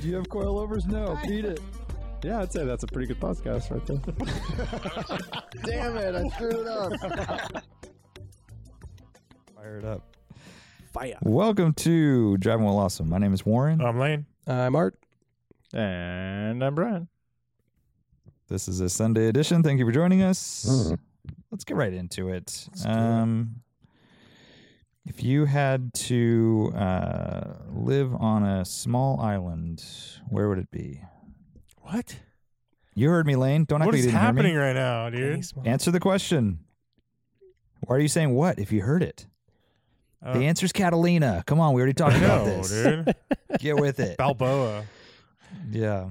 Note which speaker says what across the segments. Speaker 1: Do you have coilovers? No, beat it. Yeah, I'd say that's a pretty good podcast right there.
Speaker 2: Damn it, I threw it up.
Speaker 1: Fired up.
Speaker 3: Welcome to Driving Well Awesome. My name is Warren.
Speaker 4: I'm Lane.
Speaker 5: I'm Art.
Speaker 4: And I'm Brian.
Speaker 3: This is a Sunday edition. Thank you for joining
Speaker 4: Mm-hmm.
Speaker 3: us. Let's get right into it. Um, if you had to uh, live on a small island, where would it be?
Speaker 4: What?
Speaker 3: You heard me, Lane. Don't act
Speaker 4: What
Speaker 3: like
Speaker 4: is
Speaker 3: you didn't
Speaker 4: happening
Speaker 3: hear
Speaker 4: right now, dude?
Speaker 3: me. Answer the question. Why are you saying what if you heard it?
Speaker 4: Uh,
Speaker 3: the answer's Catalina. Come on, we already talked about
Speaker 4: no,
Speaker 3: this.
Speaker 4: dude.
Speaker 3: Get with it.
Speaker 4: Balboa.
Speaker 3: yeah.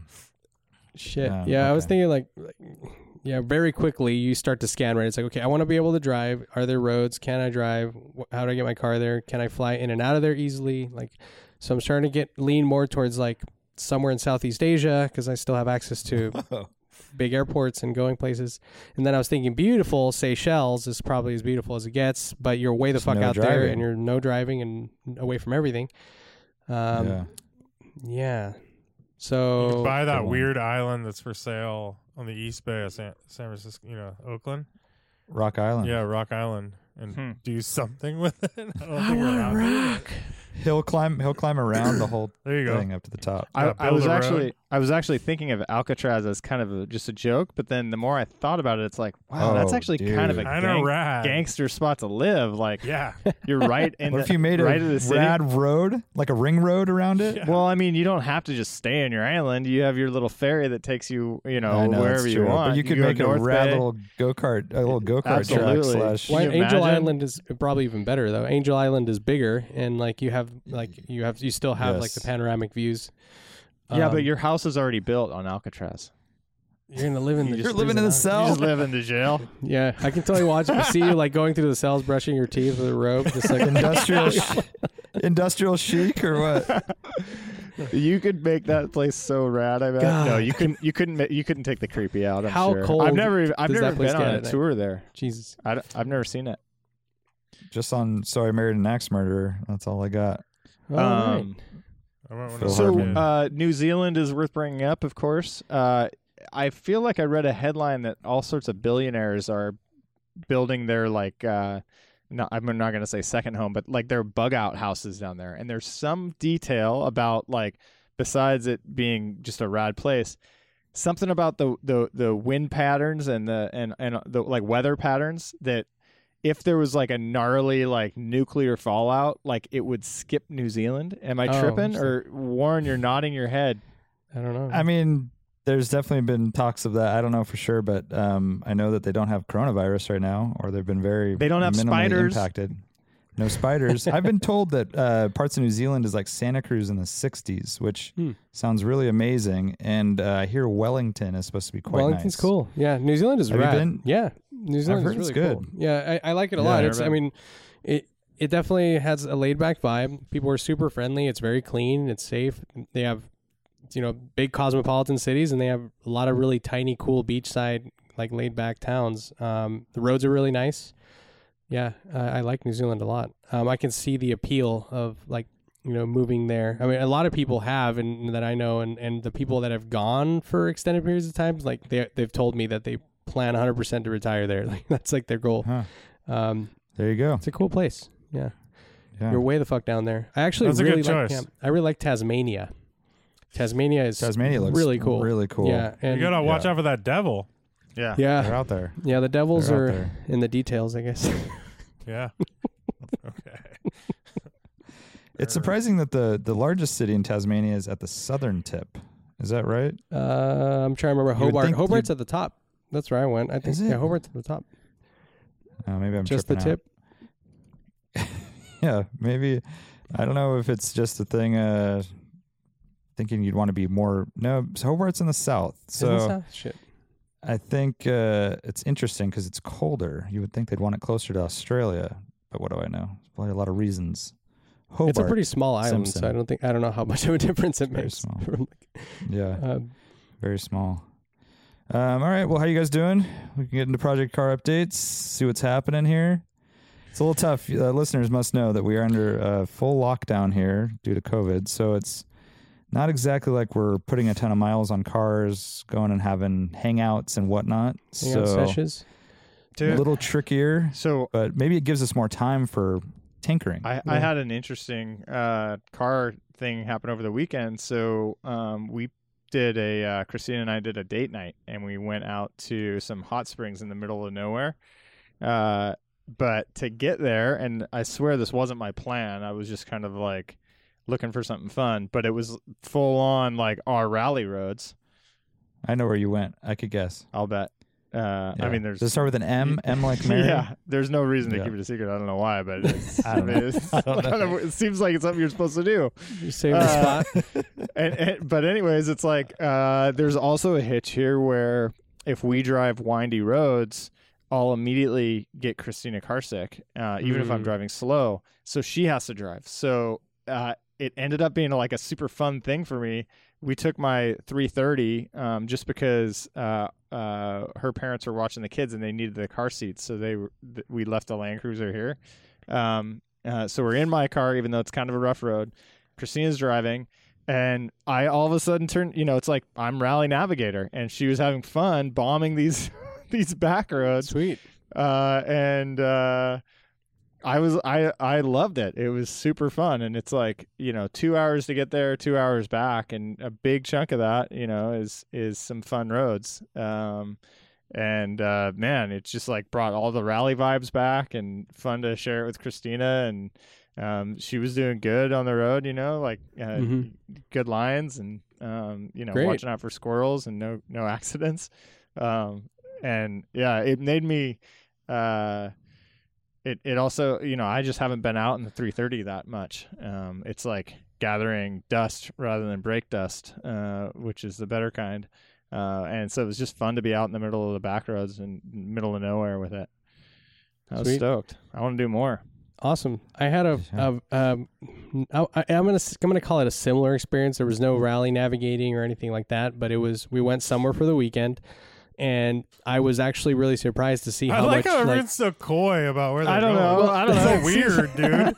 Speaker 5: Shit.
Speaker 3: Um,
Speaker 5: yeah, I was
Speaker 3: okay.
Speaker 5: thinking like, like- yeah, very quickly you start to scan right. It's like, okay, I want to be able to drive. Are there roads? Can I drive? Wh- How do I get my car there? Can I fly in and out of there easily? Like, so I'm starting to get lean more towards like somewhere in Southeast Asia because I still have access to big airports and going places. And then I was thinking, beautiful Seychelles is probably as beautiful as it gets, but you're way the
Speaker 3: Just
Speaker 5: fuck
Speaker 3: no
Speaker 5: out there
Speaker 3: driving.
Speaker 5: and you're no driving and away from everything. Um,
Speaker 3: yeah.
Speaker 5: yeah.
Speaker 4: You could
Speaker 5: So
Speaker 4: buy
Speaker 3: good
Speaker 4: that
Speaker 3: one.
Speaker 4: weird island that's for sale on the East Bay of San, San Francisco, you know, Oakland.
Speaker 3: Rock Island.
Speaker 4: Yeah, Rock Island, and
Speaker 2: Hmm.
Speaker 4: do something with it. I don't think we're out there yet.
Speaker 3: He'll climb. He'll climb around the whole
Speaker 4: There you go.
Speaker 3: thing up to the top.
Speaker 4: Yeah,
Speaker 2: I, I
Speaker 4: build
Speaker 2: was
Speaker 4: a road.
Speaker 2: actually I was actually thinking of Alcatraz as kind of a, just a joke, but then the more I thought about it, it's like, wow, that's
Speaker 3: Oh,
Speaker 2: actually kind of a
Speaker 3: dude.
Speaker 4: I
Speaker 2: gang-
Speaker 4: know, rad.
Speaker 2: gangster spot to live. Like
Speaker 4: Yeah,
Speaker 2: you're right in
Speaker 3: What
Speaker 2: the,
Speaker 3: if you made a
Speaker 2: right in the city.
Speaker 3: rad road, like a ring road around it?
Speaker 4: Yeah.
Speaker 2: Well, I mean, you don't have to just stay on your island. You have your little ferry that takes you, you know,
Speaker 3: I know, that's
Speaker 2: wherever you
Speaker 3: true,
Speaker 2: want.
Speaker 3: But you could
Speaker 2: go
Speaker 3: make a
Speaker 2: North
Speaker 3: rad
Speaker 2: Bay.
Speaker 3: little go kart, a little go kart track
Speaker 2: Absolutely.
Speaker 3: slash.
Speaker 5: Why
Speaker 2: you imagine?
Speaker 5: Angel Island is probably even better though. Angel Island is bigger and like you have like you have you still have like the
Speaker 3: Yes.
Speaker 5: panoramic views.
Speaker 2: Yeah, but
Speaker 5: Um,
Speaker 2: your house is already built on Alcatraz.
Speaker 5: you're gonna live in the
Speaker 3: You're living in the
Speaker 2: You
Speaker 3: cell.
Speaker 2: just live in the jail.
Speaker 5: Yeah, I can totally watch see you like going through the cells, brushing your teeth with a rope. Just like
Speaker 3: Industrial, sh- industrial chic or what?
Speaker 2: You could make that place so rad. I bet. No,
Speaker 5: God.
Speaker 2: you couldn't. You couldn't. ma- You couldn't take the creepy out. I'm
Speaker 5: How
Speaker 2: sure.
Speaker 5: cold
Speaker 2: I've never. even- I've
Speaker 5: does
Speaker 2: never
Speaker 5: that place
Speaker 2: been
Speaker 5: get
Speaker 2: on a
Speaker 5: at night?
Speaker 2: tour there.
Speaker 5: Jesus.
Speaker 2: I have never seen it.
Speaker 3: Just on. Sorry, married an axe murderer. That's all I got.
Speaker 5: Oh, All right.
Speaker 2: Um,
Speaker 4: I remember when I
Speaker 3: Phil
Speaker 4: was a
Speaker 2: so
Speaker 4: kid.
Speaker 3: Hardman.
Speaker 2: uh, New Zealand is worth bringing up, of course. Uh, I feel like I read a headline that all sorts of billionaires are building their like. Uh, no, I'm not going to say second home, but like their bug out houses down there. And there's some detail about like besides it being just a rad place, something about the the the wind patterns and the and and the like weather patterns that if there was like a gnarly like nuclear fallout, like it would skip New Zealand. Am I
Speaker 5: Oh,
Speaker 2: tripping or Warren? You're nodding your head.
Speaker 5: I don't know.
Speaker 3: I mean, there's definitely been talks of that. I don't know for sure, but um, I know that they don't have coronavirus right now, or they've been very
Speaker 2: They don't have
Speaker 3: minimally
Speaker 2: spiders.
Speaker 3: impacted. No spiders. I've been told that uh, parts of New Zealand is like Santa Cruz in the '60s, which
Speaker 5: Hmm.
Speaker 3: sounds really amazing. And uh, I hear Wellington is supposed to be quite
Speaker 5: Wellington's
Speaker 3: nice.
Speaker 5: cool. Yeah, New Zealand is
Speaker 3: Have you
Speaker 5: rad.
Speaker 3: been?
Speaker 5: Yeah, New Zealand
Speaker 3: heard
Speaker 5: is really
Speaker 3: it's good.
Speaker 5: cool. Yeah, I, I like it a
Speaker 3: Yeah,
Speaker 5: lot.
Speaker 3: I
Speaker 5: It's I
Speaker 3: read-
Speaker 5: mean, it it definitely has a laid back vibe. People are super friendly. It's very clean. It's safe. They have you know big cosmopolitan cities, and they have a lot of really tiny, cool beachside like laid back towns. Um, the roads are really nice. Yeah, I, I like New Zealand a lot. Um, I can see the appeal of like you know moving there. I mean, a lot of people have, and that I know, and and the people that have gone for extended periods of time, like they they've told me that they plan 100 percent to retire there. Like that's like their goal.
Speaker 3: Huh.
Speaker 5: Um,
Speaker 3: There you go.
Speaker 5: it's a cool place. Yeah.
Speaker 3: Yeah.
Speaker 5: you're way the fuck down there. I actually
Speaker 4: That's a
Speaker 5: really
Speaker 4: good
Speaker 5: like
Speaker 4: choice.
Speaker 5: Tam- I really like Tasmania. Tasmania is
Speaker 3: Tasmania looks
Speaker 5: really cool.
Speaker 3: Really cool.
Speaker 5: Yeah, Ah. and
Speaker 4: you gotta watch
Speaker 3: yeah.
Speaker 4: out for that devil.
Speaker 2: Yeah.
Speaker 5: yeah,
Speaker 3: They're out there.
Speaker 5: yeah. The devils
Speaker 3: They're out
Speaker 5: are
Speaker 3: there.
Speaker 5: in the details, I guess.
Speaker 4: Yeah. okay.
Speaker 3: It's surprising that the the largest city in Tasmania is at the southern tip. Is that right?
Speaker 5: Uh, I'm trying to remember
Speaker 3: You would
Speaker 5: Hobart.
Speaker 3: think
Speaker 5: Hobart's
Speaker 3: you'd-
Speaker 5: at the top. That's where I went. I think
Speaker 3: Is
Speaker 5: yeah,
Speaker 3: it?
Speaker 5: Hobart's at the top.
Speaker 3: Uh, maybe I'm
Speaker 5: Just the
Speaker 3: tripping out.
Speaker 5: tip.
Speaker 3: Yeah, maybe. I don't know if it's just a thing. Uh, thinking you'd want to be more. No, Hobart's in the south, so
Speaker 5: shit.
Speaker 3: I think uh, it's interesting because it's colder. You would think they'd want it closer to Australia, but what do I know? There's probably a lot of reasons. Hobart,
Speaker 5: It's a pretty small island, so I
Speaker 3: Simpson.
Speaker 5: don't think I don't know how much of a difference it
Speaker 3: Very
Speaker 5: makes.
Speaker 3: small.
Speaker 5: from,
Speaker 3: yeah,
Speaker 5: uh,
Speaker 3: very small. Um, all right, well, how you guys doing? We can get into project car updates, see what's happening here. It's a little tough. Uh, listeners must know that we are under uh, full lockdown here due to COVID, so it's not exactly like we're putting a ton of miles on cars, going and having hangouts and whatnot.
Speaker 5: you know,
Speaker 3: so
Speaker 5: sessions.
Speaker 3: a
Speaker 2: Dude,
Speaker 3: little trickier.
Speaker 2: so
Speaker 3: but maybe it gives us more time for tinkering.
Speaker 2: I, I had an interesting uh, car thing happen over the weekend. So um, we did a uh, Christina and I did a date night, and we went out to some hot springs in the middle of nowhere. Uh, but to get there, and I swear this wasn't my plan. I was just kind of like looking for something fun, but it was full on like our rally roads.
Speaker 3: I know where you went. I could guess.
Speaker 2: I'll bet. Uh, I
Speaker 3: Yeah.
Speaker 2: mean, there's
Speaker 3: Does it start with an M? M like Mary?
Speaker 2: Yeah, there's no reason to
Speaker 3: Yeah.
Speaker 2: keep it a secret. I don't know why, but it's,
Speaker 3: I
Speaker 2: I
Speaker 3: don't
Speaker 2: mean, it's kind of- it seems like it's something you're supposed to do.
Speaker 5: You save the
Speaker 2: Uh,
Speaker 5: spot.
Speaker 2: And, and- but anyways, it's like uh, there's also a hitch here where if we drive windy roads, I'll immediately get Christina carsick, uh, even if I'm
Speaker 5: Mm.
Speaker 2: driving slow. So she has to drive. So uh, it ended up being like a super fun thing for me. We took my 330 um, just because uh, uh, her parents were watching the kids and they needed the car seats, so they were, th- we left the Land Cruiser here. Um, uh, so we're in my car, even though it's kind of a rough road. Christina's driving, and I all of a sudden turn. You know, it's like I'm rally navigator, and she was having fun bombing these these back roads
Speaker 5: Sweet.
Speaker 2: uh, and uh, I was I I loved it. It was super fun, and it's like you know two hours to get there, two hours back, and a big chunk of that you know is is some fun roads. Um, and uh, man, it just like brought all the rally vibes back, and fun to share it with Christina, and um, she was doing good on the road. You know, like uh,
Speaker 5: Mhm.
Speaker 2: good lines, and um, you know
Speaker 5: Great.
Speaker 2: watching out for squirrels and no no accidents. Um, and yeah, it made me uh it it also you know i just haven't been out in the 330 that much um it's like gathering dust rather than brake dust uh which is the better kind uh and so it was just fun to be out in the middle of the back roads and middle of nowhere with it i was
Speaker 5: Sweet.
Speaker 2: stoked i want to do more
Speaker 5: Awesome. I had a,
Speaker 3: Yeah.
Speaker 5: a um, I, I- I'm gonna s- I'm gonna call it a similar experience. There was
Speaker 2: Mm-hmm.
Speaker 5: no rally navigating or anything like that, but it was we went somewhere for the weekend, and I was actually really surprised to see
Speaker 4: I
Speaker 5: how
Speaker 4: like
Speaker 5: much.
Speaker 4: how
Speaker 5: like,
Speaker 4: everyone's so coy about where they're
Speaker 2: I don't
Speaker 4: going.
Speaker 2: know. I don't know.
Speaker 4: It's so weird, dude.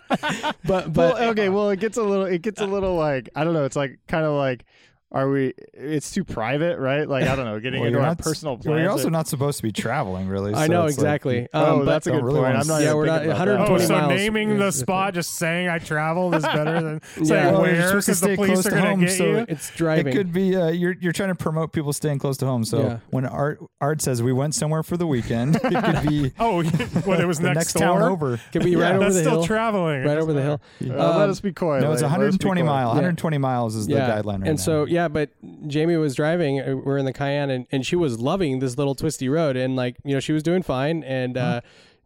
Speaker 5: but but
Speaker 2: well, okay, well, it gets a little, it
Speaker 5: Uh,
Speaker 2: gets a little like I don't know. It's like kind of like, are we? It's too private, right? Like I don't know, getting
Speaker 3: Well,
Speaker 2: into
Speaker 3: you're
Speaker 2: our
Speaker 3: not-
Speaker 2: personal plans.
Speaker 3: Well, you're also
Speaker 2: are-
Speaker 3: not supposed to be traveling, really.
Speaker 5: I
Speaker 3: so
Speaker 5: know
Speaker 3: it's like-
Speaker 5: exactly.
Speaker 2: oh,
Speaker 5: um, but
Speaker 2: that's a
Speaker 3: don't
Speaker 2: good
Speaker 3: really
Speaker 2: point.
Speaker 3: wanna
Speaker 2: I'm not.
Speaker 3: see-
Speaker 5: Yeah,
Speaker 2: even
Speaker 5: we're
Speaker 2: thinking
Speaker 5: not-
Speaker 2: about that.
Speaker 5: 120
Speaker 4: Oh, so
Speaker 5: miles
Speaker 4: naming the
Speaker 5: is-
Speaker 4: spot, just saying I traveled is better than
Speaker 5: Yeah.
Speaker 4: saying
Speaker 5: Well,
Speaker 3: you're
Speaker 4: where because
Speaker 3: supposed to
Speaker 4: the
Speaker 3: stay
Speaker 4: police
Speaker 3: close
Speaker 4: are
Speaker 3: to
Speaker 4: going
Speaker 3: home,
Speaker 4: get
Speaker 3: so
Speaker 4: you.
Speaker 5: it's
Speaker 3: It
Speaker 5: driving.
Speaker 3: could be uh, you're you're trying to promote people staying close to home. So
Speaker 5: Yeah.
Speaker 3: when Art Art says we went somewhere for the weekend, it could be
Speaker 4: Oh, what it was
Speaker 3: the
Speaker 4: next,
Speaker 3: next
Speaker 4: door?
Speaker 3: town over.
Speaker 5: Could be right over
Speaker 4: That's
Speaker 5: the
Speaker 4: still
Speaker 5: hill.
Speaker 4: traveling.
Speaker 5: right over the hill.
Speaker 2: Uh, let
Speaker 5: Um,
Speaker 2: us be coy.
Speaker 3: No, it's
Speaker 2: Lane. Let us be
Speaker 3: 120
Speaker 2: coy.
Speaker 3: mile.
Speaker 5: Yeah.
Speaker 3: 120 miles is the guideline.
Speaker 5: and
Speaker 3: Right now.
Speaker 5: so yeah, but Jamie was driving. uh, We're in the Cayenne, and, and she was loving this little twisty road, and like you know she was doing fine, and
Speaker 3: Uh-huh.
Speaker 5: uh,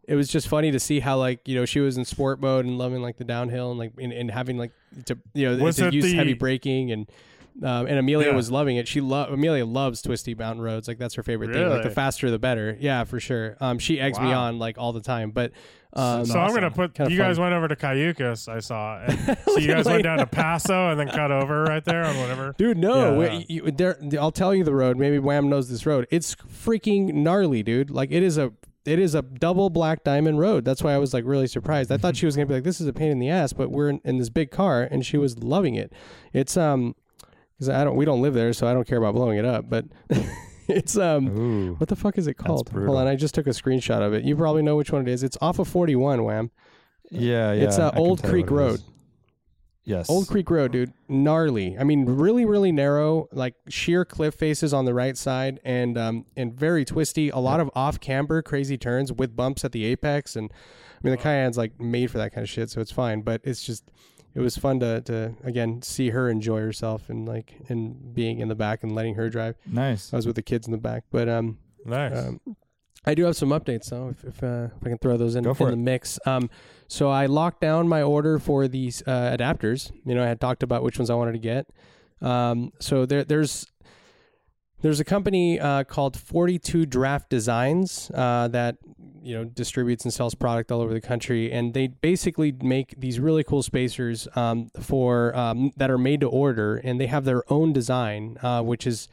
Speaker 5: it was just funny to see how like you know she was in sport mode and loving like the downhill and like and, and having like to you know
Speaker 4: Was
Speaker 5: to
Speaker 4: it
Speaker 5: use
Speaker 4: the-
Speaker 5: heavy braking and. Um, and Amelia
Speaker 4: Yeah.
Speaker 5: was loving it. She lo- Amelia loves twisty mountain roads. Like that's her favorite thing. Like the
Speaker 2: Really?
Speaker 5: faster the better. Yeah, for sure. Um, she eggs me
Speaker 2: Wow.
Speaker 5: on like all the time. But um,
Speaker 4: So I'm gonna put
Speaker 5: Kinda
Speaker 4: you guys went over to Cayucas. I saw. And so you guys went down to Paso and then cut over right there on whatever.
Speaker 5: Dude, no.
Speaker 4: Yeah.
Speaker 5: Wait, you- there- I'll tell you the road. Maybe Wham knows this road. It's freaking gnarly, dude. Like it is a it is a double black diamond road. That's why I was like really surprised. I thought she was gonna be like, this is a pain in the ass, but we're in, in this big car and she was loving it. It's um, because I don't we don't live there, so I don't care about blowing it up. But it's um,
Speaker 3: Ooh.
Speaker 5: what the fuck is it called? Hold
Speaker 3: brutal.
Speaker 5: on, I just took a screenshot of it. You probably know which one it is. It's off of 41, Wham.
Speaker 3: yeah, yeah.
Speaker 5: it's uh,
Speaker 3: I can
Speaker 5: Old
Speaker 3: tell you
Speaker 5: Creek
Speaker 3: what it
Speaker 5: Road.
Speaker 3: is. Yes,
Speaker 5: Old Creek Road, dude, gnarly. I mean, really, really narrow, like sheer cliff faces on the right side, and um, and very twisty. A lot of off camber, crazy turns with bumps at the apex, and I mean, the Cayenne's like made for that kind of shit, so it's fine. But it's just, it was fun to to again see her enjoy herself and like and being in the back and letting her drive.
Speaker 3: Nice.
Speaker 5: I was with the kids in the back, but um,
Speaker 4: Nice.
Speaker 5: um, I do have some updates though, if if, uh, if I can throw those in,
Speaker 3: Go for
Speaker 5: in the mix. Um, so I locked down my order for these uh, adapters. You know, I had talked about which ones I wanted to get. Um, so there, there's there's a company uh, called 42 Draft Designs uh, that you know distributes and sells product all over the country, and they basically make these really cool spacers um, for um, that are made to order, and they have their own design, uh, which is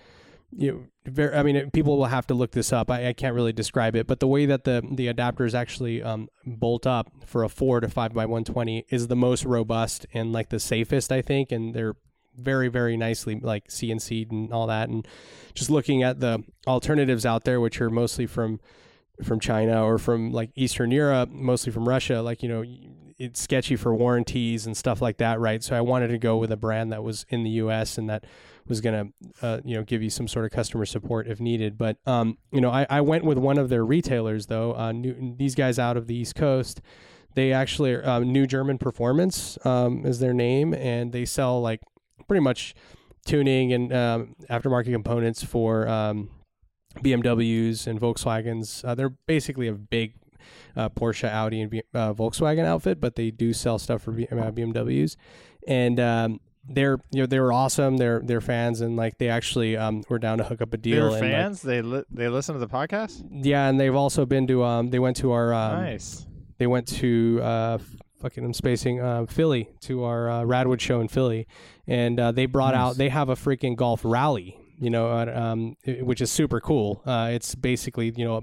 Speaker 5: you know, very, I mean, it- people will have to look this up. I, I can't really describe it, but the way that the the adapters actually um, bolt up for a four to five by one twenty is the most robust and like the safest, I think. And they're very, very nicely like CNC'd and all that. And just looking at the alternatives out there, which are mostly from from China or from like Eastern Europe, mostly from Russia, like you know, it's sketchy for warranties and stuff like that, right? So I wanted to go with a brand that was in the U.S. and that was gonna uh, you know give you some sort of customer support if needed. But um, you know, I, I went with one of their retailers though. Uh, new, these guys out of the East Coast, they actually are, uh, New German Performance um, is their name, and they sell like pretty much tuning and um, aftermarket components for um, BMWs and Volkswagens. Uh, they're basically a big uh, Porsche, Audi, and B- uh, Volkswagen outfit, but they do sell stuff for B- uh, BMWs. And um, they're you know they were awesome. They're they're fans, and like they actually um, were down to hook up a
Speaker 2: They
Speaker 5: deal.
Speaker 2: were
Speaker 5: and, like,
Speaker 2: fans. they li- they listen to the podcast.
Speaker 5: yeah, and they've also been to um they went to our um,
Speaker 2: nice.
Speaker 5: they went to uh fucking I'm spacing uh, Philly to our uh, Radwood show in Philly, and uh, they brought out they have a freaking golf rally, you know, uh, um, i- which is super cool. Uh, it's basically you know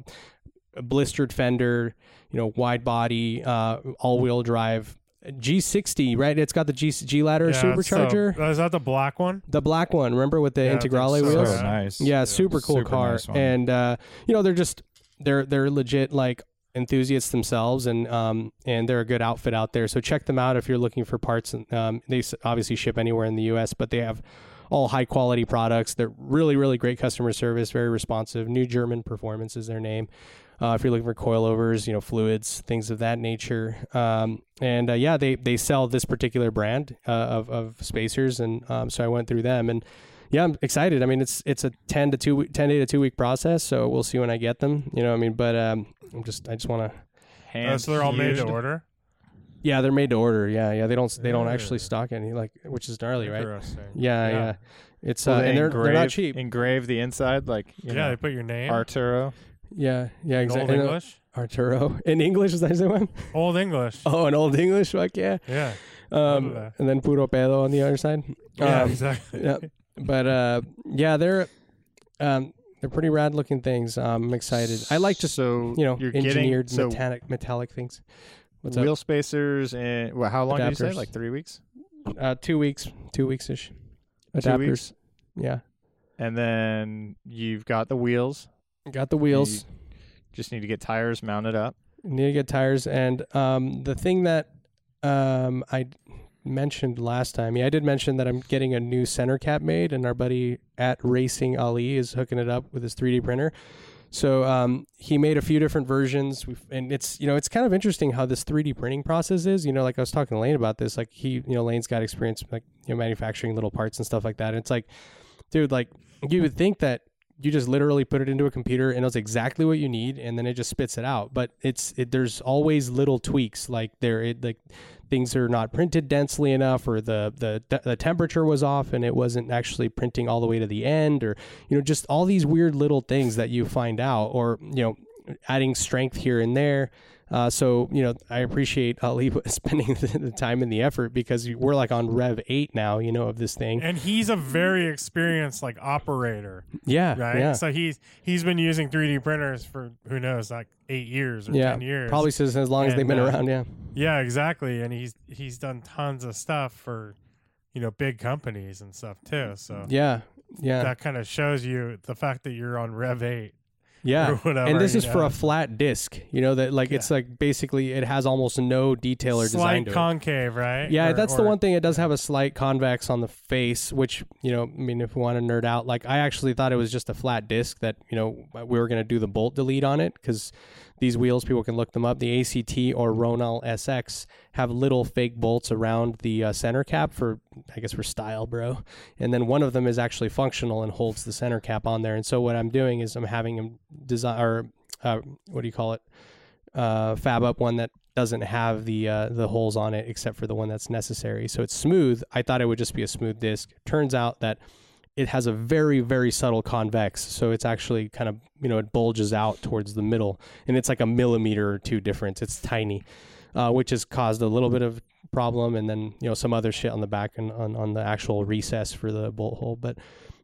Speaker 5: a, a blistered fender, you know, wide body, uh, all wheel drive. G60, right? It's got the G, G ladder
Speaker 4: Yeah, it's the-
Speaker 5: supercharger,
Speaker 4: is that the black one?
Speaker 5: the black one. Remember with the
Speaker 4: Yeah, I think so.
Speaker 5: Integrale
Speaker 3: So
Speaker 5: wheels?
Speaker 4: Yeah.
Speaker 3: nice.
Speaker 5: Yeah, super cool
Speaker 3: Super
Speaker 5: car.
Speaker 3: nice one.
Speaker 5: and uh, you know, they're just they're they're legit like enthusiasts themselves, and um and they're a good outfit out there. So check them out if you're looking for parts. And um, they s- obviously ship anywhere in the U.S., but they have all high quality products. They're really really great customer service, very responsive. New German Performance is their name. Uh, if you're looking for coilovers, you know fluids, things of that nature, um, and uh, yeah, they they sell this particular brand uh, of of spacers, and um, so I went through them, and yeah, I'm excited. I mean, it's it's a ten to two, 10 day to two week process, so we'll see when I get them. You know, what I mean, but um, I'm just I just want to.
Speaker 4: Oh, so they're all made to order.
Speaker 5: Yeah, they're made to order. Yeah, yeah, they don't they don't actually
Speaker 4: Yeah.
Speaker 5: stock any like, which is gnarly, right?
Speaker 4: Interesting.
Speaker 5: Yeah, yeah,
Speaker 4: Yeah.
Speaker 5: It's uh,
Speaker 2: Will
Speaker 5: and they're, they're not
Speaker 2: engrave-
Speaker 5: cheap.
Speaker 2: Engrave the inside, like you
Speaker 4: Yeah,
Speaker 2: know,
Speaker 4: they put your name.
Speaker 2: Arturo.
Speaker 5: Yeah, yeah,
Speaker 4: in Old
Speaker 5: exactly. uh,
Speaker 4: English.
Speaker 5: Arturo in English is that the one?
Speaker 4: Old English.
Speaker 5: Oh, an old English, fuck yeah.
Speaker 4: Yeah. Love
Speaker 5: Um,
Speaker 4: that.
Speaker 5: and then puro pedo on the other side.
Speaker 4: Yeah.
Speaker 5: Um,
Speaker 4: exactly.
Speaker 5: yeah, but uh, yeah, they're um, they're pretty rad looking things. Um, I'm excited. I like just
Speaker 2: so
Speaker 5: you know
Speaker 2: you're getting,
Speaker 5: engineered
Speaker 2: so
Speaker 5: metallic metallic things. What's
Speaker 2: wheel spacers and well, how long did you say?
Speaker 5: Adapters.
Speaker 2: Like three weeks,
Speaker 5: up? Uh, two weeks, two weeks ish.
Speaker 2: two
Speaker 5: Adapters.
Speaker 2: weeks,
Speaker 5: Yeah,
Speaker 2: and then you've got the wheels.
Speaker 5: got the wheels.
Speaker 2: Just need to get tires mounted up.
Speaker 5: Need to get tires. And um, the thing that um, I mentioned last time, yeah, I did mention that I'm getting a new center cap made, and our buddy at Racing Ali is hooking it up with his 3D printer. So um, he made a few different versions, We've, and it's you know it's kind of interesting how this 3D printing process is. You know, like I was talking to Lane about this. Like he, you know, Lane's got experience like you know manufacturing little parts and stuff like that. And it's like, dude, like you would think that you just literally put it into a computer and it's exactly what you need and then it just spits it out but it's it, there's always little tweaks like there it like things are not printed densely enough or the the the temperature was off and it wasn't actually printing all the way to the end or you know just all these weird little things that you find out or you know adding strength here and there uh, so you know i appreciate ali spending the the time and the effort because we're like on rev 8 now you know of this thing
Speaker 4: And he's a very experienced like operator,
Speaker 5: yeah
Speaker 4: right?
Speaker 5: yeah
Speaker 4: So he's he's been using 3D printers for who knows like eight years or
Speaker 5: yeah,
Speaker 4: ten years.
Speaker 5: probably since as long as
Speaker 4: And,
Speaker 5: they've been
Speaker 4: uh,
Speaker 5: around. Yeah,
Speaker 4: Yeah, exactly. And he's he's done tons of stuff for you know big companies and stuff too. So
Speaker 5: yeah, yeah,
Speaker 4: that kind of shows you the fact that you're on Rev Eight.
Speaker 5: yeah.
Speaker 4: or whatever,
Speaker 5: and this
Speaker 4: you
Speaker 5: is for
Speaker 4: know.
Speaker 5: a flat disc. You know that like it's like basically it has almost no detail or design.
Speaker 4: slight
Speaker 5: to it.
Speaker 4: concave, right?
Speaker 5: Yeah,
Speaker 4: Or-
Speaker 5: that's the
Speaker 4: or-
Speaker 5: one thing. It does have a slight convex on the face, which you know, I mean, if we want to nerd out, like I actually thought it was just a flat disc that you know we were going to do the bolt delete on it because these wheels, people can look them up. The ACT or Ronal SX have little fake bolts around the uh, center cap for, I guess, for style, bro. And then one of them is actually functional and holds the center cap on there. And so what I'm doing is I'm having them design or uh, what do you call it? uh, fab up one that doesn't have the uh, the holes on it except for the one that's necessary. So it's smooth. I thought it would just be a smooth disc. Turns out that it has a very very subtle convex, so it's actually kind of you know it bulges out towards the middle, and it's like a millimeter or two difference. It's tiny, uh, which has caused a little bit of problem, and then you know some other shit on the back and on on the actual recess for the bolt hole, but.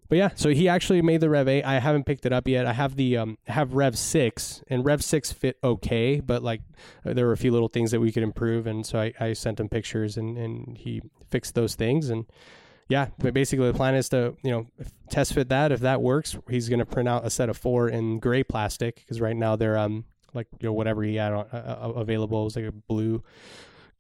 Speaker 5: But yeah, so he actually made the Rev 8. I haven't picked it up yet. I have the um have Rev 6 and Rev 6 fit okay, but like there were a few little things that we could improve and so I, I sent him pictures and and he fixed those things and yeah, but basically the plan is to, you know, f- test fit that. If that works, he's going to print out a set of 4 in gray plastic because right now they're um like you know whatever he had on, uh, uh, available was like a blue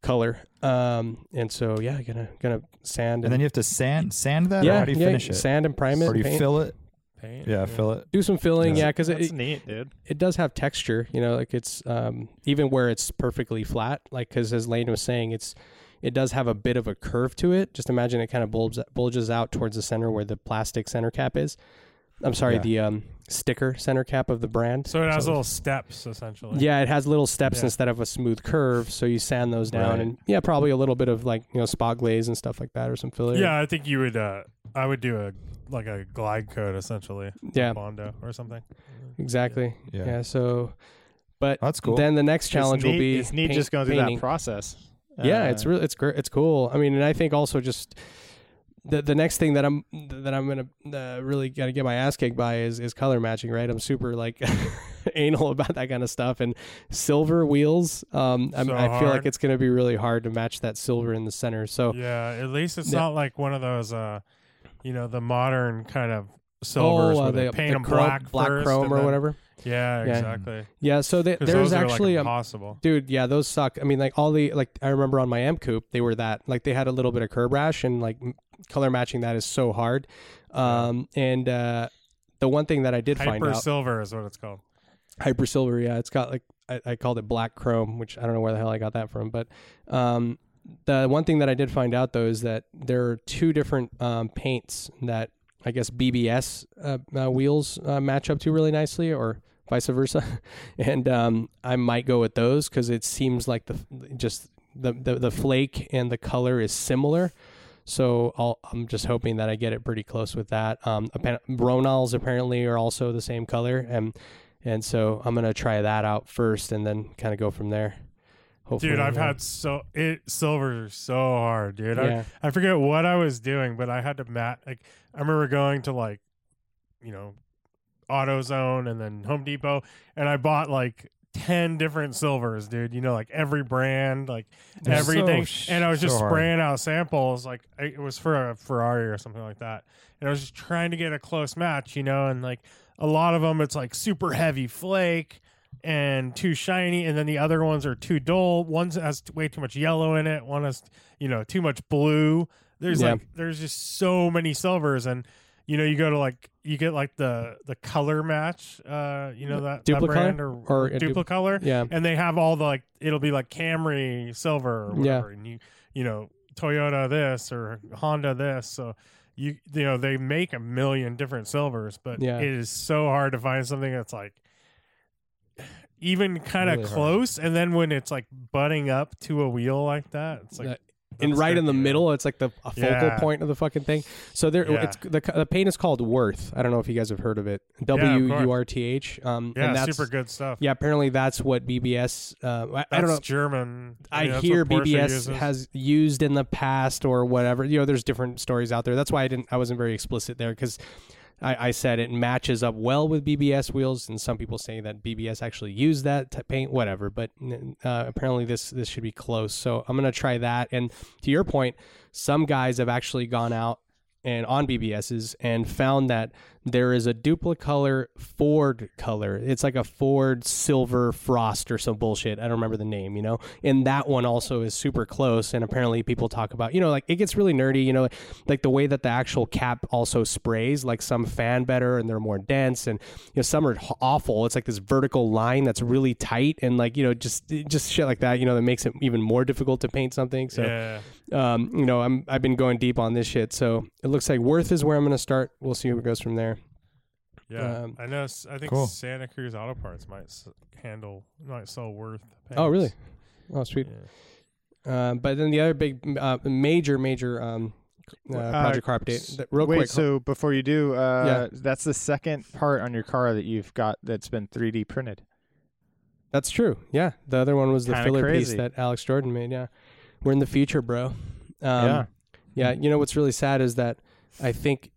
Speaker 5: color. Um and so yeah, gonna gonna sand
Speaker 3: And then you have to sand sand that. or
Speaker 5: yeah,
Speaker 3: how do you
Speaker 5: yeah,
Speaker 3: finish it?
Speaker 5: Sand and prime it.
Speaker 3: or do you
Speaker 5: paint.
Speaker 3: fill it?
Speaker 4: Paint,
Speaker 3: Yeah, fill it.
Speaker 5: do some filling,
Speaker 3: Yeah.
Speaker 5: yeah, because
Speaker 2: That's
Speaker 5: it,
Speaker 2: neat, dude.
Speaker 5: it does have texture. You know, like it's um, even where it's perfectly flat, like because as Lane was saying, it's it does have a bit of a curve to it. Just imagine it kind of bulges bulges out towards the center where the plastic center cap is. I'm sorry,
Speaker 3: Yeah.
Speaker 5: the um, sticker center cap of the brand.
Speaker 4: So it has little steps essentially.
Speaker 5: Yeah, it has little steps
Speaker 4: Yeah.
Speaker 5: instead of a smooth curve, so you sand those down,
Speaker 3: Right.
Speaker 5: and yeah, probably a little bit of like you know spot glaze and stuff like that, or some filler.
Speaker 4: Yeah, I think you would. Uh, I would do a like a glide coat essentially.
Speaker 5: Yeah.
Speaker 4: Bondo or something.
Speaker 5: exactly.
Speaker 3: Yeah.
Speaker 5: Yeah, so. But
Speaker 3: That's cool.
Speaker 5: then the next challenge
Speaker 2: it's neat,
Speaker 5: will be
Speaker 2: it's neat
Speaker 5: paint-
Speaker 2: just going through
Speaker 5: painting.
Speaker 2: that process.
Speaker 5: yeah
Speaker 2: Uh,
Speaker 5: it's really it's great it's cool i mean and i think also just the the next thing that i'm that i'm gonna uh, really gotta get my ass kicked by is is color matching right i'm super like anal about that kind of stuff and silver wheels um I'm,
Speaker 4: So
Speaker 5: i feel like
Speaker 4: hard.
Speaker 5: it's gonna be really hard to match that silver in the center so
Speaker 4: Yeah, at least it's
Speaker 5: Yeah.
Speaker 4: not like one of those, uh, you know, the modern kind of silvers
Speaker 5: oh, uh,
Speaker 4: where they
Speaker 5: the,
Speaker 4: paint
Speaker 5: the
Speaker 4: them
Speaker 5: chrome-
Speaker 4: black, first
Speaker 5: chrome
Speaker 4: and
Speaker 5: or
Speaker 4: then-
Speaker 5: whatever
Speaker 4: Yeah,
Speaker 5: Yeah.
Speaker 4: exactly.
Speaker 5: yeah so they,
Speaker 4: 'Cause
Speaker 5: there's
Speaker 4: those are,
Speaker 5: actually
Speaker 4: like,
Speaker 5: um,
Speaker 4: impossible.
Speaker 5: Dude, yeah, those suck. I mean, like all the like I remember on my M coupe, they were that like they had a little bit of curb rash and like m- color matching that is so hard. Um, and uh, the one thing that I did find
Speaker 4: Hyper
Speaker 5: out,
Speaker 4: silver is what it's called.
Speaker 5: hyper silver, yeah, it's got like I, I called it black chrome, which I don't know where the hell I got that from, but um, the one thing that I did find out though is that there are two different um, paints that I guess BBS uh, uh, wheels uh, match up to really nicely, or vice versa. and um, I might go with those because it seems like the just the, the the flake and the color is similar. So I'll, I'm just hoping that I get it pretty close with that. Um, appa- Ronals apparently are also the same color, and and so I'm gonna try that out first, and then kind of go from there. Hopefully,
Speaker 4: Dude, I've
Speaker 5: yeah.
Speaker 4: had so it silver is so hard, dude. I,
Speaker 5: Yeah.
Speaker 4: I forget what I was doing, but I had to mat. Like I remember going to like, you know, AutoZone and then Home Depot, and I bought like ten different silvers, dude. You know, like every brand, like
Speaker 3: They're
Speaker 4: everything,
Speaker 3: so sh-
Speaker 4: and I was just
Speaker 3: so hard.
Speaker 4: spraying out samples. Like I, it was for a Ferrari or something like that, and I was just trying to get a close match, you know, and like a lot of them, it's like super heavy flake and too shiny, and then the other ones are too dull. One's has way too much yellow in it. One has you know too much blue. There's
Speaker 5: Yeah.
Speaker 4: like there's just so many silvers, and you know you go to like you get like the the color match, uh, you know that, that
Speaker 5: Duplicolor?
Speaker 4: brand or,
Speaker 5: Or a dupl-
Speaker 4: duplicolor,
Speaker 5: yeah.
Speaker 4: and they have all the like it'll be like Camry silver or
Speaker 5: Yeah.
Speaker 4: whatever, and you you know Toyota this or Honda this, so. You, you know they make a million different silvers but
Speaker 5: Yeah.
Speaker 4: it is so hard to find something that's like even kind of
Speaker 3: Really hard.
Speaker 4: close and then when it's like butting up to a wheel like that it's like
Speaker 5: That- and right in the middle, it's like the a focal
Speaker 4: Yeah.
Speaker 5: point of the fucking thing. So there,
Speaker 4: Yeah.
Speaker 5: it's the, the paint is called Worth. I don't know if you guys have heard of it.
Speaker 4: of course.
Speaker 5: W U R T H. Um,
Speaker 4: yeah
Speaker 5: and that's,
Speaker 4: super good stuff
Speaker 5: Yeah, apparently that's what BBS. Uh, I- I,
Speaker 4: that's
Speaker 5: don't know.
Speaker 4: german
Speaker 5: I,
Speaker 4: mean, that's
Speaker 5: hear
Speaker 4: what Porsche
Speaker 5: BBS
Speaker 4: uses.
Speaker 5: has used in the past or whatever. You know, there's different stories out there. That's why I didn't. I wasn't very explicit there because I, I said it matches up well with BBS wheels, and some people say that BBS actually used that to paint whatever. But uh, apparently, this this should be close. So I'm gonna try that. And to your point, some guys have actually gone out and on BBSs and found that there is a duplicolor Ford color. It's like a Ford silver frost or some bullshit. I don't remember the name, you know. And that one also is super close. And apparently, people talk about, you know, like it gets really nerdy, you know, like, like the way that the actual cap also sprays. Like some fan better and they're more dense, and you know, some are h- awful. It's like this vertical line that's really tight and like you know, just just shit like that, you know, that makes it even more difficult to paint something. So
Speaker 4: yeah
Speaker 5: um, you know, I'm I've been going deep on this shit, so it looks like Worth is where I'm gonna start. We'll see where it goes from there.
Speaker 4: yeah
Speaker 5: um,
Speaker 4: i know s- i think
Speaker 3: Cool.
Speaker 4: santa cruz auto parts might s- handle might sell worth
Speaker 5: Oh, really? Oh, sweet. Um, but then the other big, uh, major, major um, uh,
Speaker 2: Uh,
Speaker 5: project car update. that- Real
Speaker 2: Wait,
Speaker 5: quick.
Speaker 2: so before you do, uh, that's the second part on your car that you've got that's been 3D printed.
Speaker 5: That's true. Yeah. The other one was the
Speaker 2: Kinda
Speaker 5: filler
Speaker 2: crazy.
Speaker 5: piece that Alex Jordan made. Yeah. We're in the future, bro. Um,
Speaker 2: Yeah.
Speaker 5: yeah, You know what's really sad is that I think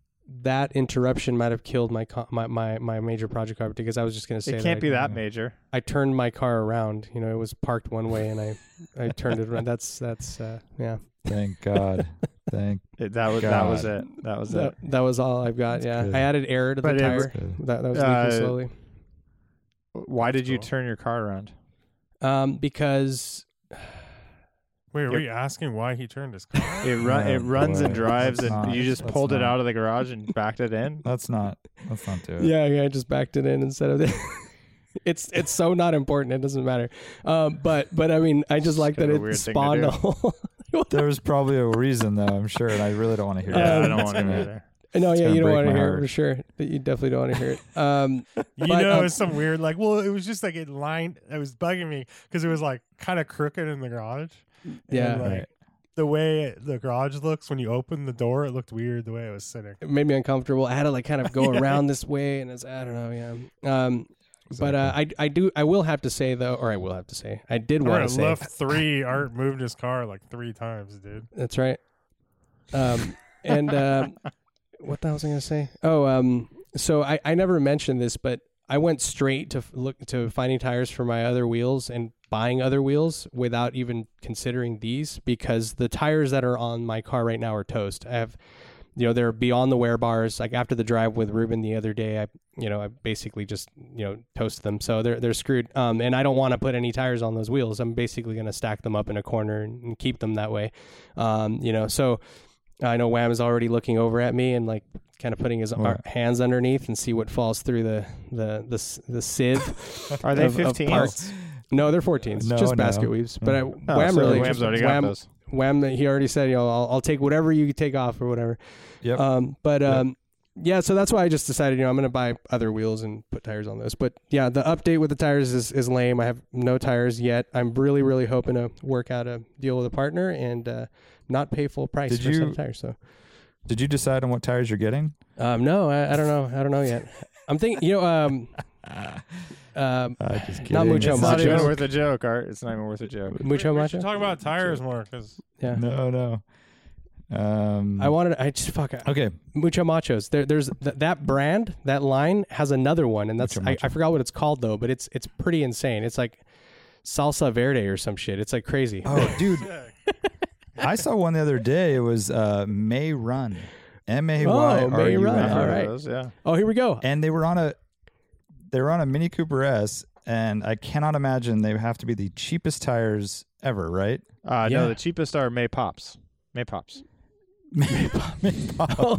Speaker 5: that interruption might have killed my co- my, my my major project car because I was just gonna say
Speaker 2: It can't
Speaker 5: I,
Speaker 2: be that major.
Speaker 5: I turned my car around. You know, it was parked one way and I I turned it around. That's that's uh, yeah.
Speaker 3: Thank God. Thank
Speaker 2: It, that was that was it. That was
Speaker 5: That,
Speaker 2: it.
Speaker 5: that was all I've got. yeah.
Speaker 3: good.
Speaker 5: I added air to the
Speaker 2: But it
Speaker 5: tire.
Speaker 2: was-
Speaker 3: God.
Speaker 5: that, that was
Speaker 2: uh,
Speaker 5: leaking slowly.
Speaker 2: Why did you
Speaker 4: cool.
Speaker 2: turn your car around?
Speaker 5: Um, because
Speaker 4: Wait, are we asking why he turned his car?
Speaker 2: It run
Speaker 3: Oh,
Speaker 2: it runs and
Speaker 3: boy.
Speaker 2: drives,
Speaker 3: Let's
Speaker 2: and
Speaker 3: not-
Speaker 2: you just
Speaker 3: let's
Speaker 2: pulled it
Speaker 3: not.
Speaker 2: out of the garage and backed it in.
Speaker 3: Let's not. Let's not do it.
Speaker 5: Yeah, yeah, I just backed it in instead of the It's it's so not important. It doesn't matter. Um, but but I mean, I just like
Speaker 2: Kind
Speaker 5: that
Speaker 2: of a
Speaker 5: it
Speaker 2: weird thing to
Speaker 5: spawned
Speaker 2: do.
Speaker 5: a whole.
Speaker 3: There was probably a reason though. I'm sure, and I really don't want to hear.
Speaker 2: Yeah,
Speaker 3: that.
Speaker 2: I don't
Speaker 3: It's
Speaker 2: want to
Speaker 3: gonna-
Speaker 2: go there.
Speaker 5: No, yeah,
Speaker 3: gonna
Speaker 5: you don't
Speaker 3: break
Speaker 5: want to
Speaker 3: my
Speaker 5: hear it
Speaker 3: heart.
Speaker 5: for sure. But you definitely don't want to hear it. Um,
Speaker 4: You
Speaker 5: But,
Speaker 4: know,
Speaker 5: um,
Speaker 4: it's some weird, like, well, it was just like it lined, it was bugging me because it was like kind of crooked in the garage. And,
Speaker 5: Yeah.
Speaker 4: like,
Speaker 3: Right.
Speaker 4: The way it, the garage looks when you open the door, it looked weird the way it was sitting.
Speaker 5: it made me uncomfortable. I had to like kind of go around this way, and it's I don't know, yeah. Um, but uh, I I do I will have to say though, or I will have to say, I did
Speaker 4: I
Speaker 5: want to say
Speaker 4: left three. Art moved his car like three times, dude.
Speaker 5: That's right. Um, and uh, what the hell was I going to say? Oh, um, so I, I never mentioned this, but I went straight to f- look to finding tires for my other wheels and buying other wheels without even considering these because the tires that are on my car right now are toast. I have, you know, they're beyond the wear bars. Like after the drive with Ruben the other day, I, you know, I basically just you know toast them, so they're they're screwed. Um, and I don't want to put any tires on those wheels. I'm basically going to stack them up in a corner and and keep them that way. Um, you know, so I know Wham is already looking over at me and like kind of putting his ar- hands underneath and see what falls through the the the, s- the sieve.
Speaker 2: Are they
Speaker 5: of- of
Speaker 2: 15?
Speaker 5: parts. No, they're 14s,
Speaker 3: No,
Speaker 5: just
Speaker 3: no. Mm.
Speaker 5: basket weaves. But I,
Speaker 2: Oh,
Speaker 5: Wham
Speaker 2: so
Speaker 5: really
Speaker 2: Wham's
Speaker 5: just-
Speaker 2: already got
Speaker 5: Wham,
Speaker 2: those.
Speaker 5: Wham, he already said, you know, I'll, I'll take whatever you take off or whatever.
Speaker 3: Yep.
Speaker 5: Um, but um, yeah, so that's why I just decided, you know, I'm gonna buy other wheels and put tires on those. But yeah, the update with the tires is, is lame. I have no tires yet. I'm really, really hoping to work out a deal with a partner and uh, not pay full price
Speaker 3: Did
Speaker 5: for
Speaker 3: you-
Speaker 5: some tires. So
Speaker 3: Did you decide on what tires you're getting?
Speaker 5: um, no, I, I don't know. I don't know yet. I'm thinking, you know, um, um,
Speaker 3: I Uh, just kidding.
Speaker 5: Not mucho
Speaker 2: It's
Speaker 5: It's
Speaker 2: not
Speaker 5: not
Speaker 2: even
Speaker 5: joke.
Speaker 2: worth a joke, Art. It's not even worth a joke.
Speaker 5: mucho
Speaker 4: we, we should
Speaker 5: macho.
Speaker 4: talk
Speaker 3: uh,
Speaker 4: about tires more because
Speaker 5: Yeah,
Speaker 3: No, no. Um,
Speaker 5: I wanted. I just fuck. I-
Speaker 3: okay.
Speaker 5: Mucho Machos. There, there's th- that brand, that line has another one, and that's
Speaker 3: Mucho
Speaker 5: I,
Speaker 3: Macho.
Speaker 5: I forgot what it's called though, but it's it's pretty insane. It's like salsa verde or some shit. It's like crazy.
Speaker 3: Oh, dude, I saw one the other day. It was uh, May Run, M A Y
Speaker 5: Oh,
Speaker 3: R
Speaker 5: May
Speaker 3: U
Speaker 5: Run.
Speaker 3: N.
Speaker 2: I've heard of
Speaker 5: right.
Speaker 2: those, Yeah.
Speaker 5: Oh, here we go.
Speaker 3: and they were on a they were on a Mini Cooper S, and I cannot imagine they have to be the cheapest tires ever, right?
Speaker 2: Uh,
Speaker 5: Yeah.
Speaker 2: No, the cheapest are May Pops. May Pops.
Speaker 3: May pop, May pop,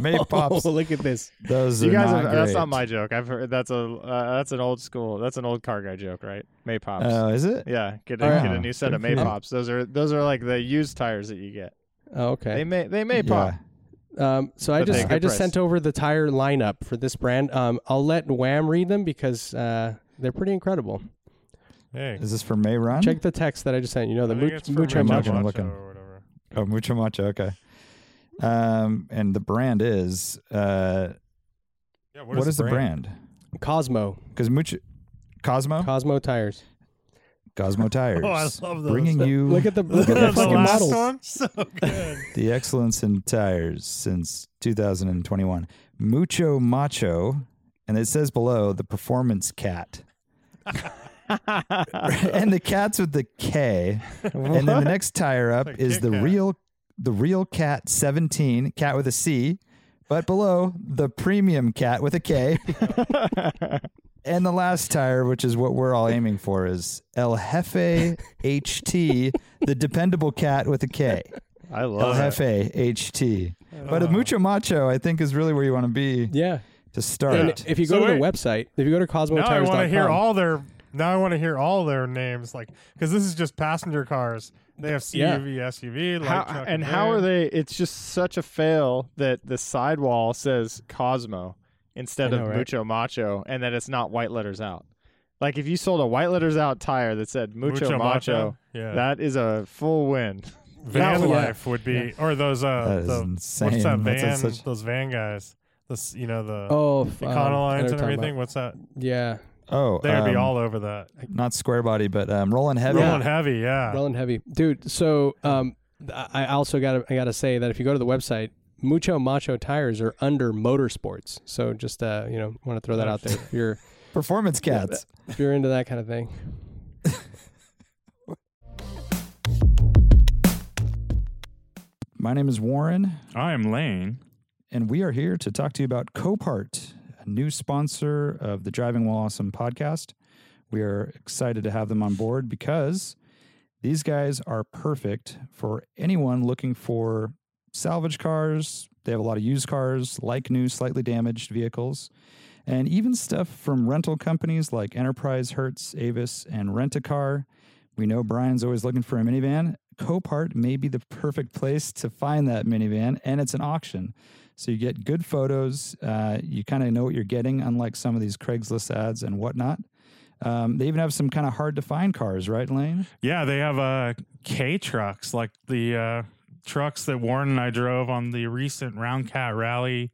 Speaker 3: May pops.
Speaker 5: Oh, look at this.
Speaker 3: Those
Speaker 2: you
Speaker 3: are
Speaker 2: guys,
Speaker 3: not
Speaker 2: have, that's
Speaker 3: great.
Speaker 2: not my joke. I've heard that's a uh, that's an old school. That's an old car guy joke, right? May Pops.
Speaker 3: Oh, is it?
Speaker 2: yeah, get a,
Speaker 3: Oh,
Speaker 2: get
Speaker 3: yeah.
Speaker 2: a new set of May
Speaker 3: Good for you.
Speaker 2: Pops. Those are those are like the used tires that you get.
Speaker 5: Oh,
Speaker 2: They
Speaker 5: okay.
Speaker 2: may they may pop.
Speaker 5: Um, so I
Speaker 2: But
Speaker 5: just
Speaker 2: they-
Speaker 5: I
Speaker 2: good
Speaker 5: just
Speaker 2: price.
Speaker 5: sent over the tire lineup for this brand. Um, I'll let Wham read them because uh, they're pretty incredible.
Speaker 4: hey,
Speaker 3: Is this for May Run?
Speaker 5: Check the text that I just sent. You know the
Speaker 4: I think
Speaker 5: much-
Speaker 4: it's for
Speaker 5: mucho
Speaker 4: Mucho
Speaker 3: Macho.
Speaker 5: macho.
Speaker 3: I'm
Speaker 4: Macho
Speaker 3: looking.
Speaker 4: or whatever.
Speaker 3: Oh, mucho macho. Okay. Um, and the brand is uh,
Speaker 4: Yeah,
Speaker 3: what is, the brand?
Speaker 5: Cosmo
Speaker 3: Because mucho Cosmo
Speaker 5: Cosmo tires.
Speaker 3: Cosmo tires.
Speaker 4: Oh, I love those.
Speaker 3: Bringing you
Speaker 5: Look at the look at
Speaker 4: the
Speaker 5: the fucking
Speaker 4: last
Speaker 5: models.
Speaker 4: one, so good.
Speaker 3: the excellence in tires since 2021. Mucho macho, and it says below the performance cat. and the cat's with the K. And then the next tire up
Speaker 4: It's like
Speaker 3: is
Speaker 4: Kit
Speaker 3: the
Speaker 4: Kat.
Speaker 3: real the real cat 17, cat with a C, but below the premium cat with a K. and the last tire, which is what we're all aiming for, is El Jefe HT, the dependable cat with a K.
Speaker 2: I
Speaker 3: El
Speaker 2: love it.
Speaker 3: Jefe HT. But
Speaker 4: Uh.
Speaker 3: a mucho macho, I think, is really where you want to be
Speaker 5: Yeah.
Speaker 3: to start.
Speaker 5: And if you go
Speaker 4: So
Speaker 5: to the
Speaker 4: wait.
Speaker 5: website, if you go to
Speaker 4: now I
Speaker 5: cosmotires.com,
Speaker 4: want to hear all their. Now I want to hear all their names, like because this is just passenger cars. They have
Speaker 5: Yeah.
Speaker 4: CUV, SUV, light
Speaker 2: How,
Speaker 4: truck,
Speaker 2: and how are
Speaker 4: van.
Speaker 2: they? It's just such a fail that the sidewall says Cosmo instead
Speaker 5: I know,
Speaker 2: of
Speaker 5: right?
Speaker 2: Mucho Macho, and that it's not white letters out. Like if you sold a white letters out tire that said mucho,
Speaker 4: Mucho
Speaker 2: macho,
Speaker 4: macho. Yeah.
Speaker 2: that is a full win.
Speaker 4: van
Speaker 5: That one.
Speaker 4: life would be, or those
Speaker 3: That
Speaker 4: uh,
Speaker 3: is
Speaker 4: the,
Speaker 3: insane.
Speaker 4: what's that
Speaker 3: That's a
Speaker 4: van?
Speaker 3: such- um,
Speaker 4: those van guys. This, you know, the
Speaker 5: Oh,
Speaker 4: the Econolines and everything. What's that?
Speaker 5: Yeah,
Speaker 3: oh,
Speaker 4: They'd be
Speaker 3: um,
Speaker 4: all over that.
Speaker 3: not square body, but um, rolling heavy.
Speaker 4: Rolling heavy, yeah.
Speaker 5: rolling heavy, dude. So, um, th- I I also got I gotta say that if you go to the website, Mucho Macho tires are under Motorsports. So just uh, you know, want to throw
Speaker 4: Oh,
Speaker 5: that out there. If you're
Speaker 3: Performance cats.
Speaker 5: if you're into that kind of thing.
Speaker 3: My name is Warren,
Speaker 6: I am Lane.
Speaker 3: and we are here to talk to you about Copart, a new sponsor of the Driving While Awesome podcast. We are excited to have them on board because these guys are perfect for anyone looking for salvage cars. They have a lot of used cars, like new, slightly damaged vehicles, and even stuff from rental companies like Enterprise, Hertz, Avis, and Rent a Car. We know Brian's always looking for a minivan. Copart may be the perfect place to find that minivan, and it's an auction. So you get good photos. Uh, you kind of know what you're getting, unlike some of these Craigslist ads and whatnot. Um, they even have some kind of hard to find cars, right, Lane?
Speaker 6: Yeah, they have uh, K trucks, like the uh, trucks that Warren and I drove on the recent Round Cat Rally,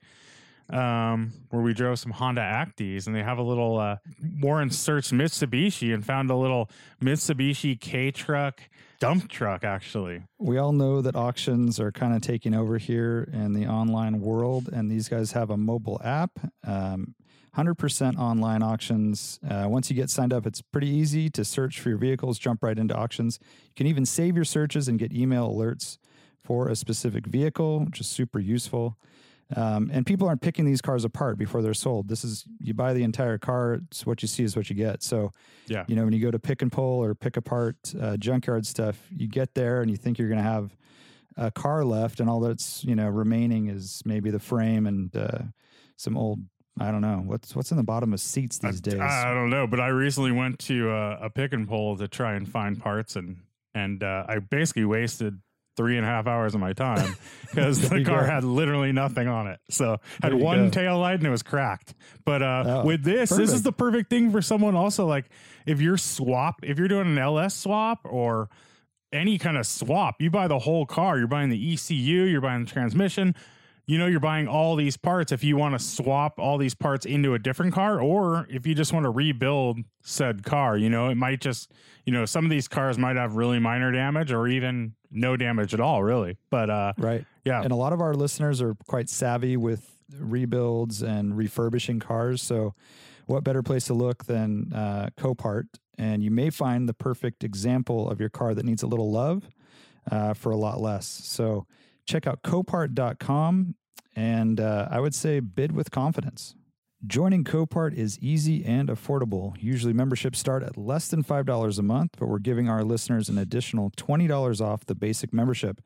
Speaker 6: um, where we drove some Honda Actis, and they have a little. Uh, Warren searched Mitsubishi and found a little Mitsubishi K truck dump truck, actually.
Speaker 3: We all know that auctions are kind of taking over here in the online world, and these guys have a mobile app. Um, 100% online auctions. Uh, once you get signed up, it's pretty easy to search for your vehicles, jump right into auctions. You can even save your searches and get email alerts for a specific vehicle, which is super useful. Um, and people aren't picking these cars apart before they're sold. This is you buy the entire car. It's what you see is what you get. So,
Speaker 6: Yeah.
Speaker 3: you know, when you go to pick and pull or pick apart uh, junkyard stuff, you get there and you think you're going to have a car left, and all that's you know remaining is maybe the frame and uh, some old. I don't know what's what's in the bottom of seats these days.
Speaker 6: I, I don't know, but I recently went to uh, a pick and pull to try and find parts, and and uh, I basically wasted three and a half hours of my time because the
Speaker 3: you
Speaker 6: car
Speaker 3: go.
Speaker 6: had literally nothing on it. So had
Speaker 3: There you
Speaker 6: one
Speaker 3: go.
Speaker 6: tail light and it was cracked. But uh,
Speaker 3: Oh,
Speaker 6: with this, this is
Speaker 3: perfect.
Speaker 6: the perfect thing for someone also like if you're swap, if you're doing an LS swap or any kind of swap, you buy the whole car. You're buying the ECU, you're buying the transmission. You know, you're buying all these parts if you want to swap all these parts into a different car, or if you just want to rebuild said car. You know, it might just, you know, some of these cars might have really minor damage or even no damage at all, really. But uh,
Speaker 3: right.
Speaker 6: yeah,
Speaker 3: And a lot of our listeners are quite savvy with rebuilds and refurbishing cars. So, what better place to look than uh, Copart? And you may find the perfect example of your car that needs a little love uh, for a lot less. So, check out copart.com and uh, I would say bid with confidence. Joining Copart is easy and affordable. Usually memberships start at less than $5 a month, but we're giving our listeners an additional $20 off the basic membership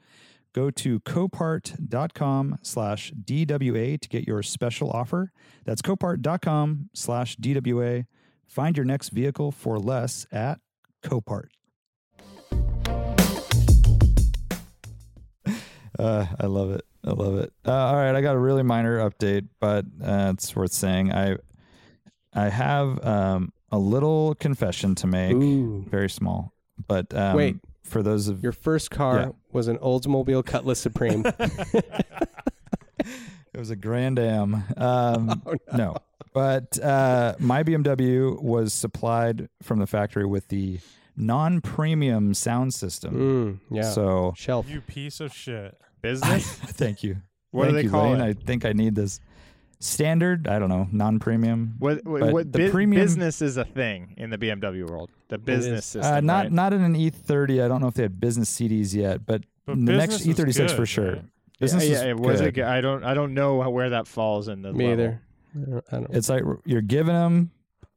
Speaker 3: go to copart.com slash dwa to get your special offer that's copart.com slash dwa find your next vehicle for less at copart uh, i love it i love it uh, all right i got a really minor update but uh, it's worth saying i i have um, a little confession to make
Speaker 5: Ooh,
Speaker 3: very small but um,
Speaker 5: Wait.
Speaker 3: for those of
Speaker 5: your first car
Speaker 3: Yeah.
Speaker 5: was an Oldsmobile Cutlass Supreme.
Speaker 3: It was a Grand Am. Um,
Speaker 2: Oh,
Speaker 3: no. But uh, my BMW was supplied from the factory with the non premium sound system.
Speaker 5: mm, yeah,
Speaker 3: So
Speaker 5: shelf.
Speaker 4: You piece of shit.
Speaker 2: Business?
Speaker 3: thank you.
Speaker 2: What do
Speaker 3: thank
Speaker 2: they
Speaker 3: you,
Speaker 2: call
Speaker 3: Lane.
Speaker 2: it?
Speaker 3: I think I need this. Standard, I don't know, non premium.
Speaker 2: What, what,
Speaker 3: But
Speaker 2: what
Speaker 3: the
Speaker 2: bu-
Speaker 3: premium-
Speaker 2: business is a thing in the BMW world. The business system.
Speaker 3: Uh, not
Speaker 2: right?
Speaker 3: not in an E30. I don't know if they had business CDs yet, but,
Speaker 4: But
Speaker 3: the next
Speaker 4: business was
Speaker 3: E36 for
Speaker 4: good,
Speaker 3: sure.
Speaker 4: right?
Speaker 3: Business
Speaker 2: yeah, yeah, it was.
Speaker 3: good.
Speaker 2: A, g- I don't. I don't know how- where that falls in the.
Speaker 5: Me
Speaker 2: level.
Speaker 5: either. I don't, I don't-
Speaker 3: it's like you're giving them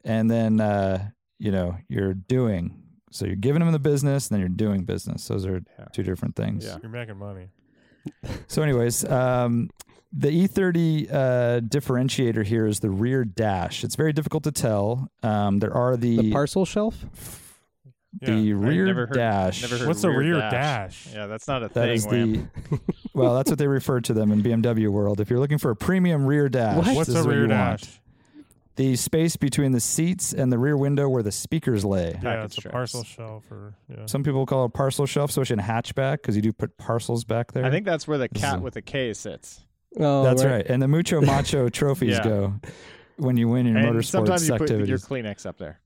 Speaker 3: and then uh you know you're doing so you're giving them the business and then you're doing business those are
Speaker 2: Yeah.
Speaker 3: two different things
Speaker 2: Yeah.
Speaker 4: You're making money.
Speaker 3: so anyways um the E30 uh, differentiator here is the rear dash. It's very difficult to tell. Um, there are the
Speaker 5: the parcel shelf.
Speaker 3: the
Speaker 4: Yeah.
Speaker 3: rear
Speaker 2: never heard-
Speaker 3: dash.
Speaker 2: never heard
Speaker 4: What's a rear,
Speaker 2: rear
Speaker 4: dash?
Speaker 2: dash. Yeah, that's not a
Speaker 3: That
Speaker 2: thing.
Speaker 3: is
Speaker 2: Wham.
Speaker 3: the well, that's what they refer to them in BMW world. If you're looking for a premium rear dash,
Speaker 5: What?
Speaker 3: this
Speaker 4: What's
Speaker 3: is
Speaker 4: a
Speaker 3: what
Speaker 4: rear
Speaker 3: you want.
Speaker 4: dash?
Speaker 3: The space between the seats and the rear window where the speakers lay.
Speaker 4: Yeah,
Speaker 2: Package
Speaker 4: it's a
Speaker 2: trays.
Speaker 4: parcel shelf or yeah.
Speaker 3: Some people call it parcel shelf, especially in hatchback, because you do put parcels back there.
Speaker 2: I think that's where the
Speaker 3: This
Speaker 2: cat
Speaker 3: is-
Speaker 2: with a K sits.
Speaker 5: Oh,
Speaker 3: that's right. And the mucho macho trophies
Speaker 2: Yeah.
Speaker 3: go when you win in
Speaker 2: And
Speaker 3: motorsports
Speaker 2: sometimes you put
Speaker 3: activities.
Speaker 2: your Kleenex up there.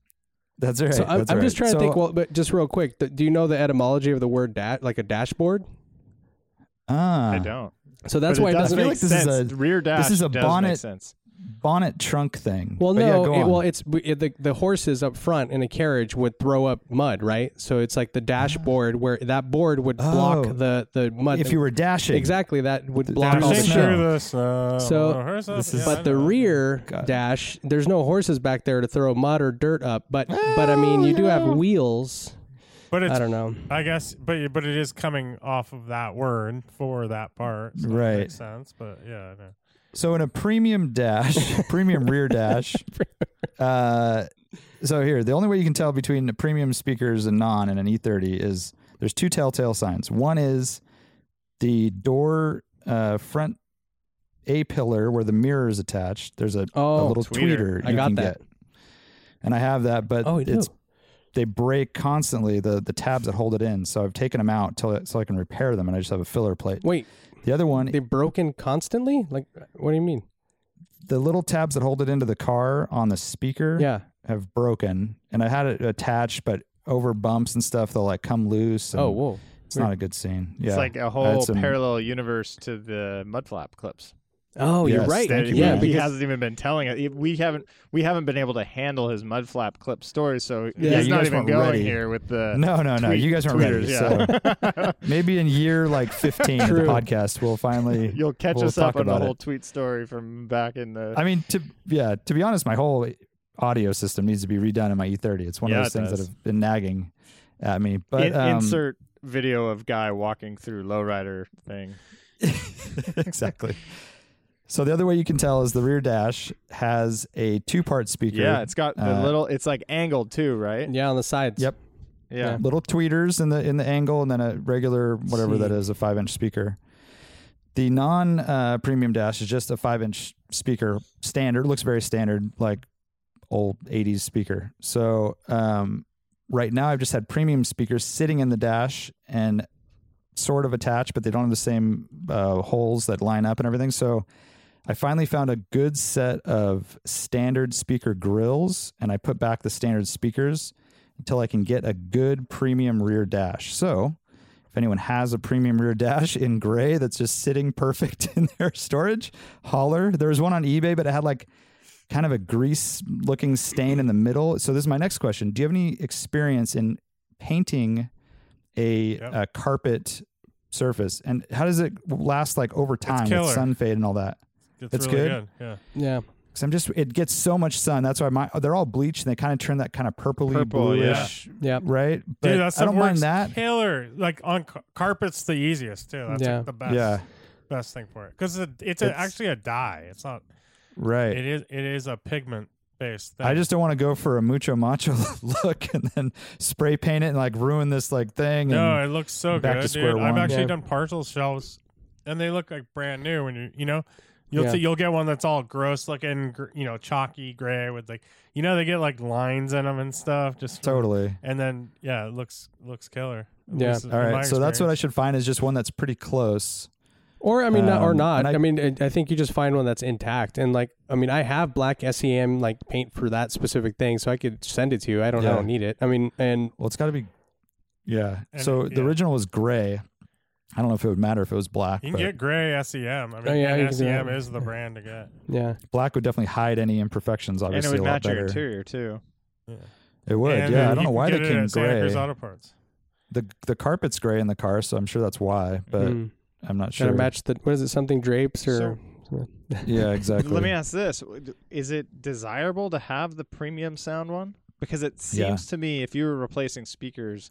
Speaker 3: that's right.
Speaker 5: So I'm,
Speaker 3: that's
Speaker 5: I'm
Speaker 3: right.
Speaker 5: just trying
Speaker 3: So
Speaker 5: to think. Well, but just real quick, th- do you know the etymology of the word dash, like a dashboard?
Speaker 3: Ah,
Speaker 2: I don't.
Speaker 5: So that's
Speaker 2: But
Speaker 5: why it
Speaker 2: does
Speaker 5: doesn't
Speaker 3: feel
Speaker 2: make
Speaker 5: make
Speaker 3: like this is
Speaker 2: sense.
Speaker 3: a-
Speaker 2: rear dash.
Speaker 3: is a
Speaker 2: does Make
Speaker 3: bonnet-
Speaker 2: sense.
Speaker 3: bonnet trunk thing.
Speaker 5: Well,
Speaker 3: But
Speaker 5: no.
Speaker 3: Yeah, go
Speaker 5: it-
Speaker 3: on.
Speaker 5: well, it's we- it, the the horses up front in a carriage would throw up mud, right? So it's like the dashboard where that board would block
Speaker 3: Ah. Oh.
Speaker 5: the the mud.
Speaker 3: if you were dashing,
Speaker 5: exactly that would
Speaker 3: Th-
Speaker 5: block
Speaker 3: there's
Speaker 5: all
Speaker 3: no
Speaker 5: the snow.
Speaker 3: snow.
Speaker 5: So,
Speaker 3: this
Speaker 4: this
Speaker 3: is-
Speaker 5: But the rear
Speaker 3: Got it.
Speaker 5: dash, there's no horses back there to throw mud or dirt up. But but I mean, you do
Speaker 3: Oh,
Speaker 5: have wheels.
Speaker 4: But it's
Speaker 5: I don't know.
Speaker 4: I guess, but but it is coming off of that word for that part, so it
Speaker 3: Right.
Speaker 4: Makes sense, but yeah, I know.
Speaker 3: So in a premium dash, premium rear dash, uh, so here the only way you can tell between the premium speakers and non and an E30 is there's two telltale signs. One is the door uh, front A pillar where the mirror is attached. There's a, a
Speaker 5: Oh,
Speaker 3: little tweeter.
Speaker 2: tweeter.
Speaker 5: I
Speaker 3: you
Speaker 5: got
Speaker 3: can
Speaker 5: that.
Speaker 3: get. and I have that, but
Speaker 5: Oh, you do.
Speaker 3: it's they break constantly the the tabs that hold it in. So I've taken them out till so I can repair them, and I just have a filler plate.
Speaker 5: Wait,
Speaker 3: The other one
Speaker 5: they broken constantly? Like, what do you mean?
Speaker 3: the little tabs that hold it into the car on the speaker
Speaker 5: Yeah.
Speaker 3: have broken and i had it attached but over bumps and stuff they'll like come loose and
Speaker 5: Oh, whoa.
Speaker 3: it's not a good scene yeah
Speaker 2: It's like a whole
Speaker 3: some-
Speaker 2: parallel universe to the mudflap clips.
Speaker 5: Oh, you're
Speaker 3: Yes,
Speaker 5: right.
Speaker 2: That
Speaker 3: you,
Speaker 2: he,
Speaker 5: yeah,
Speaker 2: he
Speaker 5: because
Speaker 2: hasn't even been telling it. We haven't we haven't been able to handle his mudflap clip story, so
Speaker 5: Yeah,
Speaker 2: he's
Speaker 5: you
Speaker 2: not
Speaker 3: guys
Speaker 2: even
Speaker 3: weren't
Speaker 2: going
Speaker 3: ready.
Speaker 2: here with the
Speaker 3: no no no
Speaker 2: tweet-
Speaker 3: you guys aren't ready
Speaker 2: tweeters,
Speaker 3: so
Speaker 2: Yeah.
Speaker 3: maybe in year like 15 of the
Speaker 5: True.
Speaker 3: podcast we'll finally
Speaker 2: You'll catch
Speaker 3: We'll
Speaker 2: us up
Speaker 3: talk
Speaker 2: on the
Speaker 3: about
Speaker 2: whole
Speaker 3: it.
Speaker 2: tweet story from back in the.
Speaker 3: i mean to yeah to be honest my whole audio system needs to be redone in my e30 it's one
Speaker 2: Yeah,
Speaker 3: of those
Speaker 2: it
Speaker 3: things
Speaker 2: does.
Speaker 3: that have been nagging at me but
Speaker 2: in-
Speaker 3: um,
Speaker 2: insert video of guy walking through lowrider thing.
Speaker 3: exactly so the other way you can tell is the rear dash has a two-part speaker
Speaker 2: Yeah, it's got the
Speaker 3: Uh,
Speaker 2: little. It's like angled too, right?
Speaker 5: yeah, on the sides.
Speaker 3: Yep.
Speaker 2: Yeah.
Speaker 3: little tweeters in the in the angle and then a regular whatever that is a five inch speaker the non uh, premium dash is just a five inch speaker standard looks very standard like old 80s speaker so um, right now i've just had premium speakers sitting in the dash and sort of attached but they don't have the same uh, holes that line up and everything so I finally found a good set of standard speaker grills and I put back the standard speakers until I can get a good premium rear dash. So, if anyone has a premium rear dash in gray that's just sitting perfect in their storage, holler. There was one on eBay, but it had like kind of a grease looking stain in the middle. So, this is my next question Do you have any experience in painting a,
Speaker 4: Yep.
Speaker 3: a carpet? surface and how does it last like over time with
Speaker 4: killer.
Speaker 3: sun fade and all that
Speaker 4: It's,
Speaker 3: It's
Speaker 4: really
Speaker 3: good.
Speaker 4: good. Yeah,
Speaker 5: Yeah.
Speaker 3: because I'm just it gets so much sun. That's why my they're all bleached and they kind of turn that kind of purpley
Speaker 2: Purple, yeah.
Speaker 3: bluish,
Speaker 5: Yeah.
Speaker 3: right? But
Speaker 4: dude, that
Speaker 3: I
Speaker 4: stuff
Speaker 3: don't
Speaker 4: works
Speaker 3: mind that.
Speaker 4: Killer, like on ca- carpets, the easiest too. That's
Speaker 5: Yeah.
Speaker 4: like the best.
Speaker 3: Yeah,
Speaker 4: best thing for it because it's, a, it's, a,
Speaker 3: It's-
Speaker 4: actually a dye. It's not.
Speaker 3: right.
Speaker 4: It is. It is a pigment based. Thing.
Speaker 3: I just don't want to go for a mucho macho look and then spray paint it and like ruin this like thing.
Speaker 4: no.
Speaker 3: and,
Speaker 4: It looks so
Speaker 3: back to
Speaker 4: good,
Speaker 3: square
Speaker 4: dude. I've
Speaker 3: one.
Speaker 4: actually
Speaker 5: Yeah.
Speaker 4: done partial shelves, and they look like brand new. When you you know. You'll
Speaker 5: Yeah.
Speaker 4: t- you'll get one that's all gross looking, gr- you know, chalky gray with like, you know, they get like lines in them and stuff. Just from-
Speaker 3: totally.
Speaker 4: and then yeah, it looks looks killer. At
Speaker 5: Yeah.
Speaker 4: least in
Speaker 3: All
Speaker 4: my
Speaker 3: right, so that's what I
Speaker 4: experience.
Speaker 3: should find is just one that's pretty close.
Speaker 5: Or I mean, not, or
Speaker 3: Um,
Speaker 5: not.
Speaker 3: and
Speaker 5: I,
Speaker 3: I-
Speaker 5: mean, I- I think you just find one that's intact. And like, I mean, I have black SEM like paint for that specific thing, so I could send it to you. I don't, I
Speaker 3: Yeah.
Speaker 5: don't need it. I mean, and
Speaker 3: Well, it's got to be. Yeah.
Speaker 4: And
Speaker 3: so
Speaker 4: it-
Speaker 3: the
Speaker 4: yeah.
Speaker 3: original was gray. I don't know if it would matter if it was black.
Speaker 4: you
Speaker 3: but
Speaker 4: can get gray SEM. I mean,
Speaker 5: Oh, yeah, you
Speaker 4: and
Speaker 5: can do that.
Speaker 4: SEM is the brand to get.
Speaker 5: yeah,
Speaker 3: black would definitely hide any imperfections.
Speaker 2: and it
Speaker 3: Obviously,
Speaker 2: would
Speaker 3: a lot
Speaker 2: match your
Speaker 3: better.
Speaker 2: interior too.
Speaker 3: It would.
Speaker 4: And
Speaker 3: yeah.
Speaker 4: then
Speaker 3: I don't
Speaker 4: you
Speaker 3: know
Speaker 4: can
Speaker 3: why
Speaker 4: get
Speaker 3: they
Speaker 4: it
Speaker 3: came
Speaker 4: at Santa
Speaker 3: gray.
Speaker 4: Cruz Auto Parts.
Speaker 3: the the carpet's gray in the car, so I'm sure that's why. But
Speaker 5: mm.
Speaker 3: I'm not
Speaker 5: gotta
Speaker 3: sure.
Speaker 5: match the what is it? Something drapes or
Speaker 2: So-
Speaker 3: Yeah, exactly.
Speaker 2: Let me ask this: Is it desirable to have the premium sound one? Because it seems
Speaker 3: Yeah.
Speaker 2: to me, if you were replacing speakers,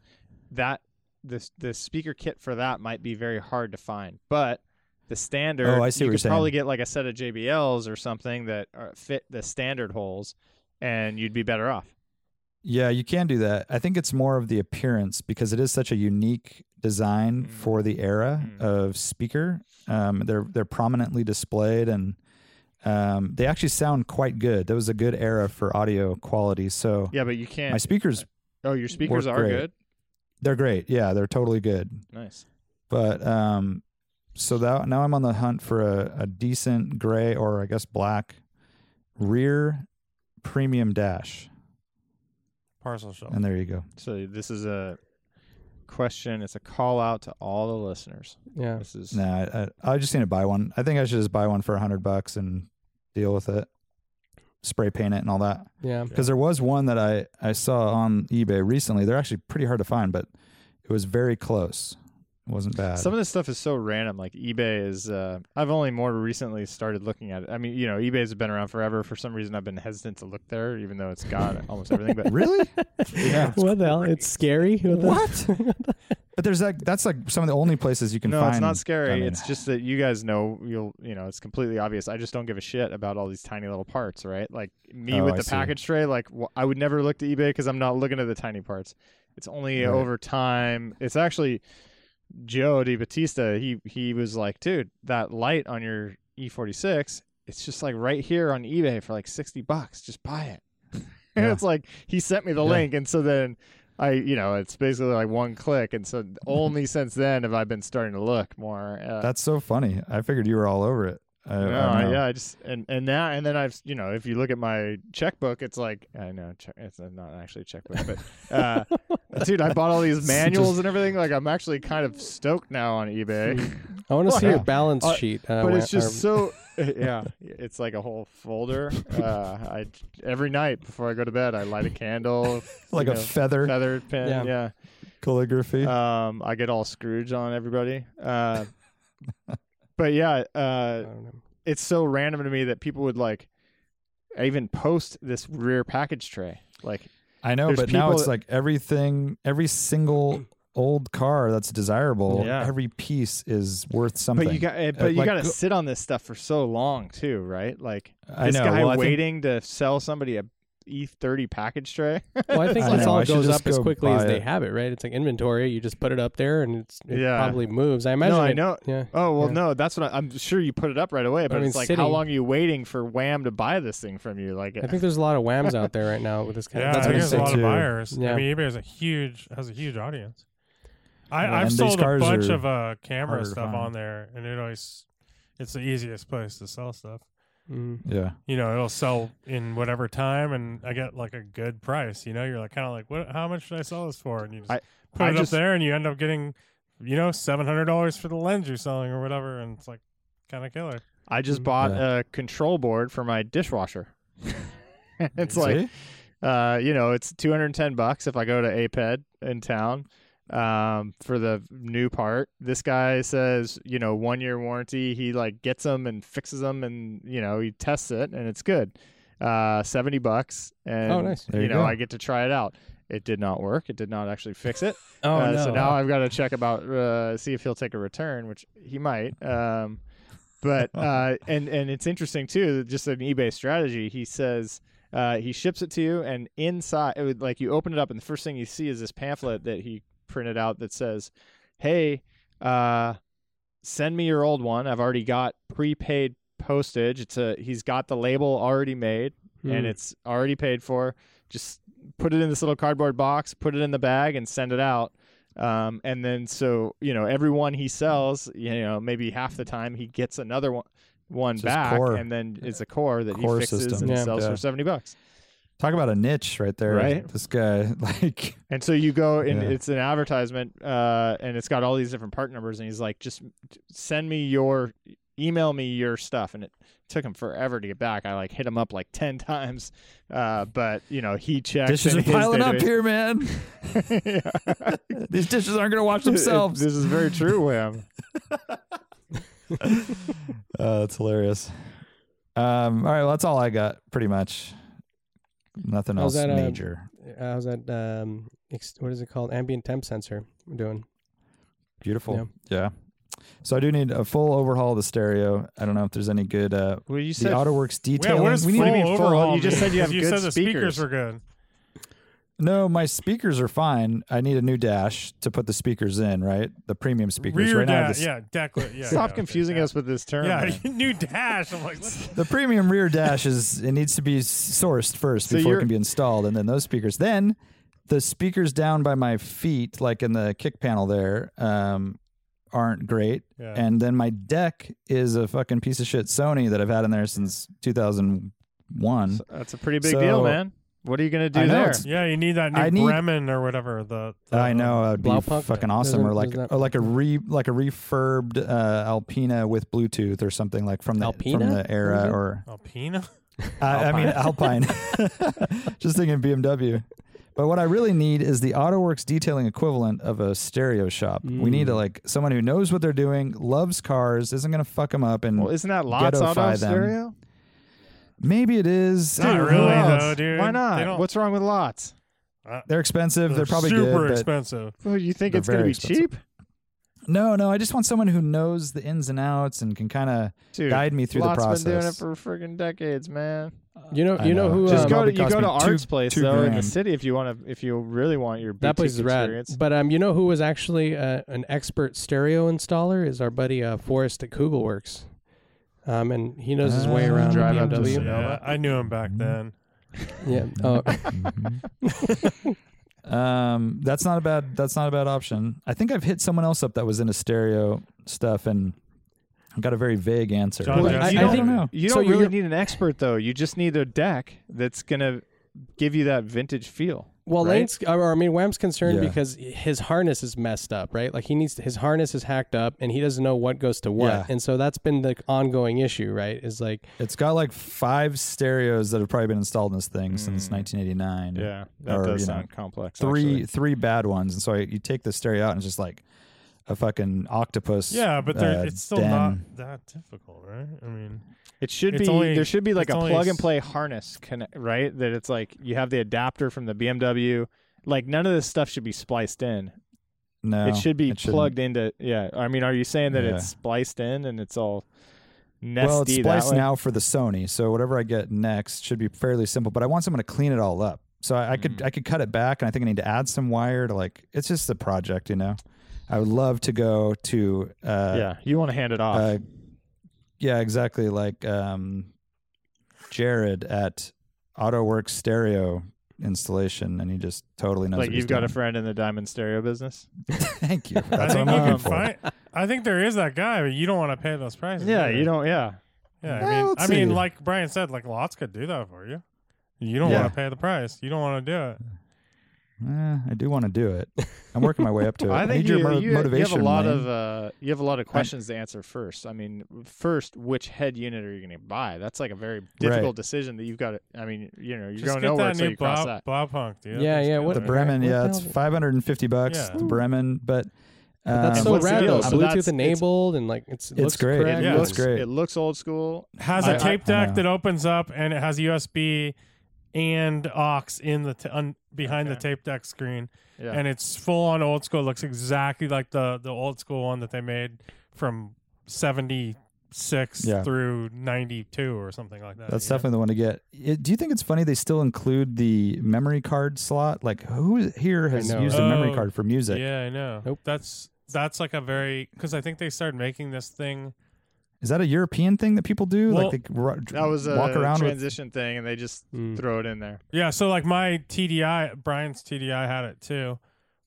Speaker 2: that the the speaker kit for that might be very hard to find. But the standard,
Speaker 3: Oh, I see
Speaker 2: you
Speaker 3: what
Speaker 2: could
Speaker 3: you're
Speaker 2: probably get like a set of JBLs or something that are, fit the standard holes, and you'd be better off.
Speaker 3: yeah, you can do that. I think it's more of the appearance because it is such a unique design
Speaker 2: Mm.
Speaker 3: for the era
Speaker 2: Mm.
Speaker 3: of speaker. Um, they're they're prominently displayed, and Um, they actually sound quite good. That was a good era for audio quality. So
Speaker 2: Yeah, but you can't.
Speaker 3: my speakers,
Speaker 2: oh, your speakers
Speaker 3: work
Speaker 2: are
Speaker 3: great.
Speaker 2: good.
Speaker 3: they're great. Yeah, they're totally good.
Speaker 2: Nice.
Speaker 3: But um, so that now I'm on the hunt for a, a decent gray or I guess black rear premium dash.
Speaker 4: Parcel shop.
Speaker 3: And there you go.
Speaker 2: So this is a question. It's a call out to all the listeners.
Speaker 5: Yeah.
Speaker 2: This is
Speaker 3: Nah, I, I, I just need to buy one. I think I should just buy one for a hundred bucks and deal with it. Spray paint it and all that.
Speaker 5: Yeah.
Speaker 3: because there was one that I, I saw on eBay recently. They're actually pretty hard to find, but it was very close. It wasn't bad.
Speaker 2: Some of this stuff is so random. Like eBay is. Uh, I've only more recently started looking at it. I mean, you know, eBay's been around forever. For some reason, I've been hesitant to look there, even though it's got almost everything. But
Speaker 3: really, yeah.
Speaker 5: What the hell? It's scary. What? the-
Speaker 3: But there's like that's like some of the only places you can
Speaker 2: no,
Speaker 3: find.
Speaker 2: it's not scary.
Speaker 3: I mean,
Speaker 2: It's just that you guys know you'll you know it's completely obvious. I just don't give a shit about all these tiny little parts, right? Like me
Speaker 3: Oh,
Speaker 2: with
Speaker 3: I
Speaker 2: the
Speaker 3: see.
Speaker 2: package tray. Like wh- I would never look to eBay because I'm not looking at the tiny parts. It's only
Speaker 3: Right.
Speaker 2: over time. It's actually Joe Di Batista. He he was like, dude, that light on your E46. It's just like right here on eBay for like sixty bucks. Just buy it. And
Speaker 3: Yeah.
Speaker 2: it's like he sent me the
Speaker 3: Yeah.
Speaker 2: link, and so then I, you know, it's basically like one click, and so only since then have I been starting to look more. Uh,
Speaker 3: that's so funny. I figured you were all over it. I, I
Speaker 2: no,
Speaker 3: don't
Speaker 2: I,
Speaker 3: know.
Speaker 2: yeah, I just and and now and then I've you know if you look at my checkbook, it's like I know check, it's not actually a checkbook, but uh, dude, I bought all these manuals and everything. Like I'm actually kind of stoked now on
Speaker 3: uh,
Speaker 2: eBay,
Speaker 5: I want to see your
Speaker 2: Yeah.
Speaker 5: balance
Speaker 2: Uh,
Speaker 5: sheet. Uh,
Speaker 2: but
Speaker 5: where-
Speaker 2: it's just
Speaker 5: or-
Speaker 2: so yeah, it's like a whole folder. Uh, I every night before I go to bed, I light a candle,
Speaker 3: like
Speaker 2: you
Speaker 3: a
Speaker 2: know,
Speaker 3: feather
Speaker 2: feather pen,
Speaker 5: Yeah.
Speaker 2: yeah.
Speaker 3: calligraphy.
Speaker 2: Um, I get all Scrooge on everybody. Uh, but yeah,
Speaker 5: I
Speaker 2: uh,
Speaker 5: don't know.
Speaker 2: it's so random to me that people would like even post this rear package tray. Like,
Speaker 3: I know,
Speaker 2: there's
Speaker 3: but now
Speaker 2: people
Speaker 3: it's
Speaker 2: that-
Speaker 3: like everything, every single old car that's desirable,
Speaker 2: Yeah.
Speaker 3: every piece is worth something.
Speaker 2: but you got, uh, but you
Speaker 3: like,
Speaker 2: got to
Speaker 3: go-
Speaker 2: sit on this stuff for so long too, right? Like
Speaker 3: I
Speaker 2: this
Speaker 3: know.
Speaker 2: guy
Speaker 3: Well, I think-
Speaker 2: waiting to sell somebody a E30 package tray.
Speaker 5: Well, I think
Speaker 3: I
Speaker 5: this
Speaker 3: know,
Speaker 5: all
Speaker 3: I should
Speaker 5: goes
Speaker 3: just
Speaker 5: up as
Speaker 3: go
Speaker 5: quickly as
Speaker 3: buy
Speaker 5: they
Speaker 3: it.
Speaker 5: have it, right? It's like inventory. You just put it up there, and it's, it
Speaker 2: Yeah.
Speaker 5: probably moves. I imagine.
Speaker 2: no, I
Speaker 5: it-
Speaker 2: know.
Speaker 5: Yeah.
Speaker 2: Oh well,
Speaker 5: yeah.
Speaker 2: no. That's what I, I'm sure you put it up right away. But
Speaker 5: I mean,
Speaker 2: it's like, how
Speaker 5: sitting-
Speaker 2: long are you waiting for Wham to buy this thing from you? Like,
Speaker 5: I think there's a lot of whams out there right now with this kind
Speaker 4: Yeah,
Speaker 5: of.
Speaker 4: that's
Speaker 3: what
Speaker 4: there's
Speaker 3: I
Speaker 4: a
Speaker 3: say
Speaker 4: lot of
Speaker 3: too.
Speaker 4: buyers.
Speaker 5: Yeah.
Speaker 4: I mean, eBay has a huge has a huge audience. I,
Speaker 3: Yeah,
Speaker 4: I've
Speaker 3: and these
Speaker 4: sold a
Speaker 3: cars
Speaker 4: bunch
Speaker 3: are
Speaker 4: of uh,
Speaker 3: harder
Speaker 4: camera
Speaker 3: to
Speaker 4: stuff
Speaker 3: find.
Speaker 4: on there, and it always it's the easiest place to sell stuff.
Speaker 5: Mm.
Speaker 3: Yeah.
Speaker 4: You know, it'll sell in whatever time, and I get like a good price. You know, you're like kind of like, what? How much should I sell this for? And you just
Speaker 2: I-
Speaker 4: put
Speaker 2: I
Speaker 4: it
Speaker 2: just-
Speaker 4: up there, and you end up getting, you know, seven hundred dollars for the lens you're selling or whatever, and it's like kind of killer.
Speaker 2: I just
Speaker 5: Mm.
Speaker 2: bought
Speaker 3: Mm-hmm. Yeah.
Speaker 2: a control board for my dishwasher. it's like,
Speaker 3: See?
Speaker 2: uh, you know, it's 210 bucks if I go to APED in town um, for the new part. This guy says, you know, one year warranty. He like gets them and fixes them and, you know, he tests it and it's good. Uh, 70 bucks. And,
Speaker 5: Oh, nice.
Speaker 3: There
Speaker 2: you
Speaker 3: you
Speaker 2: know,
Speaker 3: go.
Speaker 2: I get to try it out. It did not work. It did not actually fix it.
Speaker 5: Oh
Speaker 2: Uh,
Speaker 5: no.
Speaker 2: So now I've got to check about uh, see if he'll take a return, which he might. Um, but uh, and and it's interesting too. Just an eBay strategy. He says uh, he ships it to you, and inside, it would, like you open it up, and the first thing you see is this pamphlet that he printed out that says, "Hey, uh, send me your old one. I've already got prepaid postage. It's a he's got the label already made and
Speaker 5: Mm.
Speaker 2: it's already paid for. Just put it in this little cardboard box, put it in the bag, and send it out. Um, and then so you know, every one he sells, you know, maybe half the time he gets another one one
Speaker 3: It's his
Speaker 2: back,
Speaker 3: core.
Speaker 2: and then it's a core that
Speaker 3: Core
Speaker 2: he fixes
Speaker 3: system.
Speaker 2: and
Speaker 5: Yeah.
Speaker 2: sells
Speaker 3: Yeah.
Speaker 2: for seventy bucks.
Speaker 3: Talk about a niche right there.
Speaker 2: Right?
Speaker 3: This guy, like,
Speaker 2: And so you go and
Speaker 3: Yeah.
Speaker 2: it's an advertisement, uh, and it's got all these different part numbers, and he's like, just send me your email me your stuff and it took him forever to get back i like hit him up like 10 times uh, but you know he checked
Speaker 3: dishes
Speaker 2: in
Speaker 3: are
Speaker 2: his
Speaker 3: piling up
Speaker 2: database.
Speaker 3: here, man.
Speaker 2: Yeah.
Speaker 3: These dishes aren't going to wash
Speaker 2: It-
Speaker 3: themselves.
Speaker 2: This is very true, Wham.
Speaker 3: Uh, that's hilarious. Um, all right, well, that's all I got, pretty much. Nothing
Speaker 5: How's
Speaker 3: else
Speaker 5: that, uh,
Speaker 3: major.
Speaker 5: how's that? Um, ex- what is it called? Ambient temp sensor. We're doing.
Speaker 3: Beautiful. Yeah. So I do need a full overhaul of the stereo. I don't know if there's any good. Uh,
Speaker 2: Well, you
Speaker 3: the
Speaker 2: said
Speaker 3: AutoWorks
Speaker 4: Yeah,
Speaker 3: detailing.
Speaker 4: what does
Speaker 3: we
Speaker 4: full
Speaker 3: need
Speaker 2: mean full?
Speaker 4: overhaul?
Speaker 2: You just
Speaker 4: mean?
Speaker 2: said you have
Speaker 4: you
Speaker 2: good
Speaker 4: said the speakers
Speaker 2: speakers.
Speaker 4: were good.
Speaker 3: No, my speakers are fine. I need a new dash to put the speakers in, right? The premium speakers.
Speaker 4: Rear
Speaker 3: right now, I have
Speaker 4: dash.
Speaker 3: the, s-
Speaker 4: yeah, deck. Yeah,
Speaker 2: Stop
Speaker 4: yeah, okay,
Speaker 2: confusing
Speaker 4: yeah.
Speaker 2: us with this term.
Speaker 4: Yeah,
Speaker 2: man.
Speaker 4: new dash. I'm like, what?
Speaker 3: the premium rear dash is it needs to be s- sourced first
Speaker 2: So
Speaker 3: before
Speaker 2: you're-
Speaker 3: it can be installed, and then those speakers. Then the speakers down by my feet, like in the kick panel there, um, aren't great.
Speaker 4: Yeah.
Speaker 3: And then my deck is a fucking piece of shit Sony that I've had in there since 2001.
Speaker 2: So that's a pretty big
Speaker 3: So-
Speaker 2: deal, man. What are you gonna do
Speaker 3: I know,
Speaker 2: there?
Speaker 3: it's-
Speaker 4: Yeah, you need that new
Speaker 3: I need-
Speaker 4: Bremen or whatever. The, the
Speaker 5: Uh,
Speaker 3: I know that would be
Speaker 5: Blaupunk?
Speaker 3: fucking awesome,
Speaker 5: Doesn't-
Speaker 3: or like
Speaker 5: doesn't that-
Speaker 3: or like a re like a refurbed uh, Alpina with Bluetooth or something like from the from
Speaker 5: Alpina?
Speaker 3: the era,
Speaker 5: What is it?
Speaker 3: or
Speaker 4: Alpina.
Speaker 3: I I mean Alpine. Just thinking BMW. But what I really need is the AutoWorks detailing equivalent of a stereo shop. We need
Speaker 5: Mm.
Speaker 3: to like someone who knows what they're doing, loves cars, isn't gonna fuck them up, and
Speaker 2: Well, isn't that lots
Speaker 3: Ghettoify
Speaker 2: auto
Speaker 3: them.
Speaker 2: stereo?
Speaker 3: maybe it is.
Speaker 4: Not
Speaker 2: Dude,
Speaker 4: really
Speaker 2: who else?
Speaker 4: though, dude.
Speaker 2: Why
Speaker 4: They
Speaker 2: not?
Speaker 4: don't-
Speaker 2: What's wrong with lots?
Speaker 3: They're expensive. They're, probably
Speaker 4: super
Speaker 3: good, but-
Speaker 4: expensive.
Speaker 2: Well, you think
Speaker 3: They're
Speaker 2: it's gonna
Speaker 3: very
Speaker 2: be
Speaker 3: expensive.
Speaker 2: cheap,
Speaker 3: No, no. I just want someone who knows the ins and outs and can kind of
Speaker 2: dude?
Speaker 3: guide me through
Speaker 2: lots
Speaker 3: the process.
Speaker 2: been doing it for friggin' decades, man.
Speaker 5: You know,
Speaker 3: I
Speaker 5: you know,
Speaker 3: know.
Speaker 5: who
Speaker 2: Just
Speaker 3: Just
Speaker 5: um,
Speaker 2: go to
Speaker 3: probably
Speaker 2: you
Speaker 3: cost
Speaker 2: go to
Speaker 3: me two-
Speaker 2: Arts Place
Speaker 3: two
Speaker 2: though in the
Speaker 3: grand.
Speaker 2: city if you want to if you really want your boutique
Speaker 5: that place is rad.
Speaker 2: experience.
Speaker 5: But um, you know who was actually uh, an expert stereo installer is our buddy uh, Forrest at Kugel Works, um, and he knows his way
Speaker 3: Ah.
Speaker 5: around
Speaker 2: Drive
Speaker 5: drive
Speaker 2: up to
Speaker 5: BMW.
Speaker 2: see.
Speaker 4: Yeah, I knew him
Speaker 2: Mm-hmm.
Speaker 4: back then.
Speaker 5: Yeah. Oh,
Speaker 3: Mm-hmm. um, that's not a bad. That's not a bad option. I think I've hit someone else up that was into stereo stuff and got a very vague answer.
Speaker 4: John
Speaker 3: Like,
Speaker 4: Jesse.
Speaker 3: I,
Speaker 4: You
Speaker 3: don't,
Speaker 4: don't-
Speaker 3: know.
Speaker 2: You
Speaker 5: So
Speaker 2: don't
Speaker 5: you're-
Speaker 2: really need an expert though. You just need a deck that's gonna give you that vintage feel.
Speaker 5: Well,
Speaker 2: right?
Speaker 5: Lane's, or, I mean, Wham's concerned
Speaker 3: Yeah.
Speaker 5: because his harness is messed up, right? Like he needs his harness is hacked up, and he doesn't know what goes to what,
Speaker 3: Yeah.
Speaker 5: and so that's been the ongoing issue, right? Is like
Speaker 3: It's got like five stereos that have probably been installed in this thing since 1989.
Speaker 2: Yeah, that
Speaker 3: Or,
Speaker 2: does
Speaker 3: you know,
Speaker 2: sound complex.
Speaker 3: three
Speaker 2: actually.
Speaker 3: three bad ones, and so I, you take the stereo out and it's just like a fucking octopus.
Speaker 4: Yeah, but they're-
Speaker 3: uh,
Speaker 4: it's still
Speaker 3: den.
Speaker 4: not that difficult, right? I mean,
Speaker 2: It should
Speaker 4: It's
Speaker 2: be
Speaker 4: only-
Speaker 2: there should be like a
Speaker 4: it's only
Speaker 2: plug
Speaker 4: s-
Speaker 2: and play harness connect, right? That it's like you have the adapter from the BMW. Like none of this stuff should be spliced in.
Speaker 3: No,
Speaker 2: it should be
Speaker 3: it shouldn't.
Speaker 2: plugged into. Yeah, I mean, are you saying that
Speaker 3: Yeah.
Speaker 2: it's spliced in and it's all nesty
Speaker 3: Well, it's
Speaker 2: that
Speaker 3: spliced
Speaker 2: way?
Speaker 3: now for the Sony, so whatever I get next should be fairly simple. But I want someone to clean it all up, so I, I could
Speaker 2: Mm.
Speaker 3: I could cut it back, and I think I need to add some wire to like. It's just a project, you know. I would love to go to uh,
Speaker 2: yeah, you want to hand it off.
Speaker 3: uh, yeah, exactly. Like um, Jared at AutoWorks Stereo installation, and he just totally knows.
Speaker 2: like
Speaker 3: what
Speaker 2: you've
Speaker 3: he's
Speaker 2: got a
Speaker 3: doing.
Speaker 2: friend in the diamond stereo business.
Speaker 3: Thank you. That's
Speaker 4: I think
Speaker 3: what I'm
Speaker 4: you
Speaker 3: looking
Speaker 4: can
Speaker 3: for.
Speaker 4: find. I think there is that guy, but you don't want to pay those prices.
Speaker 2: Yeah,
Speaker 4: either.
Speaker 2: you don't. Yeah,
Speaker 4: Yeah,
Speaker 3: Eh,
Speaker 4: I mean,
Speaker 3: let's
Speaker 4: I mean,
Speaker 3: see.
Speaker 4: like Brian said, like lots could do that for you. You don't
Speaker 3: Yeah.
Speaker 4: want to pay the price. You don't want to do it.
Speaker 3: Eh, I do want to do it. I'm working my way up to it.
Speaker 2: I think
Speaker 3: need
Speaker 2: you,
Speaker 3: your mo-
Speaker 2: you,
Speaker 3: motivation.
Speaker 2: you have a lot
Speaker 3: Lane.
Speaker 2: of uh, you have a lot of questions to answer first. I mean, first, which head unit are you going to buy? That's like a very difficult
Speaker 3: Right.
Speaker 2: decision that you've got. to I mean, you know, you're
Speaker 4: Just
Speaker 2: going
Speaker 4: get
Speaker 2: nowhere
Speaker 4: that
Speaker 2: until
Speaker 4: new
Speaker 2: you cross
Speaker 4: Bob,
Speaker 2: that.
Speaker 4: Bob Punk, dude.
Speaker 5: Yeah,
Speaker 4: Just
Speaker 5: yeah,
Speaker 4: get
Speaker 5: what-
Speaker 3: the
Speaker 4: it.
Speaker 3: Bremen,
Speaker 5: What
Speaker 3: yeah,
Speaker 5: the
Speaker 3: it's
Speaker 5: hell?
Speaker 3: 550 bucks.
Speaker 4: Yeah.
Speaker 3: The Bremen, but,
Speaker 5: but that's
Speaker 3: um,
Speaker 5: so
Speaker 2: what's the
Speaker 5: rad.
Speaker 2: deal?
Speaker 5: Though.
Speaker 2: So
Speaker 5: Bluetooth
Speaker 2: that's- it's-
Speaker 5: enabled and like it's it
Speaker 3: It's
Speaker 5: looks
Speaker 3: great.
Speaker 5: correct.
Speaker 2: It
Speaker 4: Yeah.
Speaker 2: looks
Speaker 3: That's great.
Speaker 2: It looks old school.
Speaker 4: has
Speaker 2: I-
Speaker 4: a
Speaker 2: I-
Speaker 4: tape
Speaker 3: I
Speaker 4: deck
Speaker 3: know.
Speaker 4: that opens up and it has USB and aux in the t- un- behind the
Speaker 2: Okay.
Speaker 4: tape deck screen,
Speaker 2: Yeah.
Speaker 4: and it's full on old school. It looks exactly like the the old school one that they made from seventy six
Speaker 3: Yeah.
Speaker 4: through ninety two or something like that. you
Speaker 3: that's
Speaker 4: know?
Speaker 3: definitely the one to get. It, do you think it's funny they still include the memory card slot? Like, who here has
Speaker 5: know,
Speaker 3: used
Speaker 4: right?
Speaker 3: a memory
Speaker 4: Oh,
Speaker 3: card for music?
Speaker 4: Yeah, I know.
Speaker 5: Nope.
Speaker 4: That's that's like a very because I think they started making this thing.
Speaker 3: Is that a European thing that people do?
Speaker 4: Well,
Speaker 3: like, they ru-
Speaker 2: That was a
Speaker 3: walk around with. Mm-hmm.
Speaker 2: transition thing, and they just
Speaker 5: Mm.
Speaker 2: throw it in there.
Speaker 4: Yeah, so like my TDI, Brian's TDI had it too.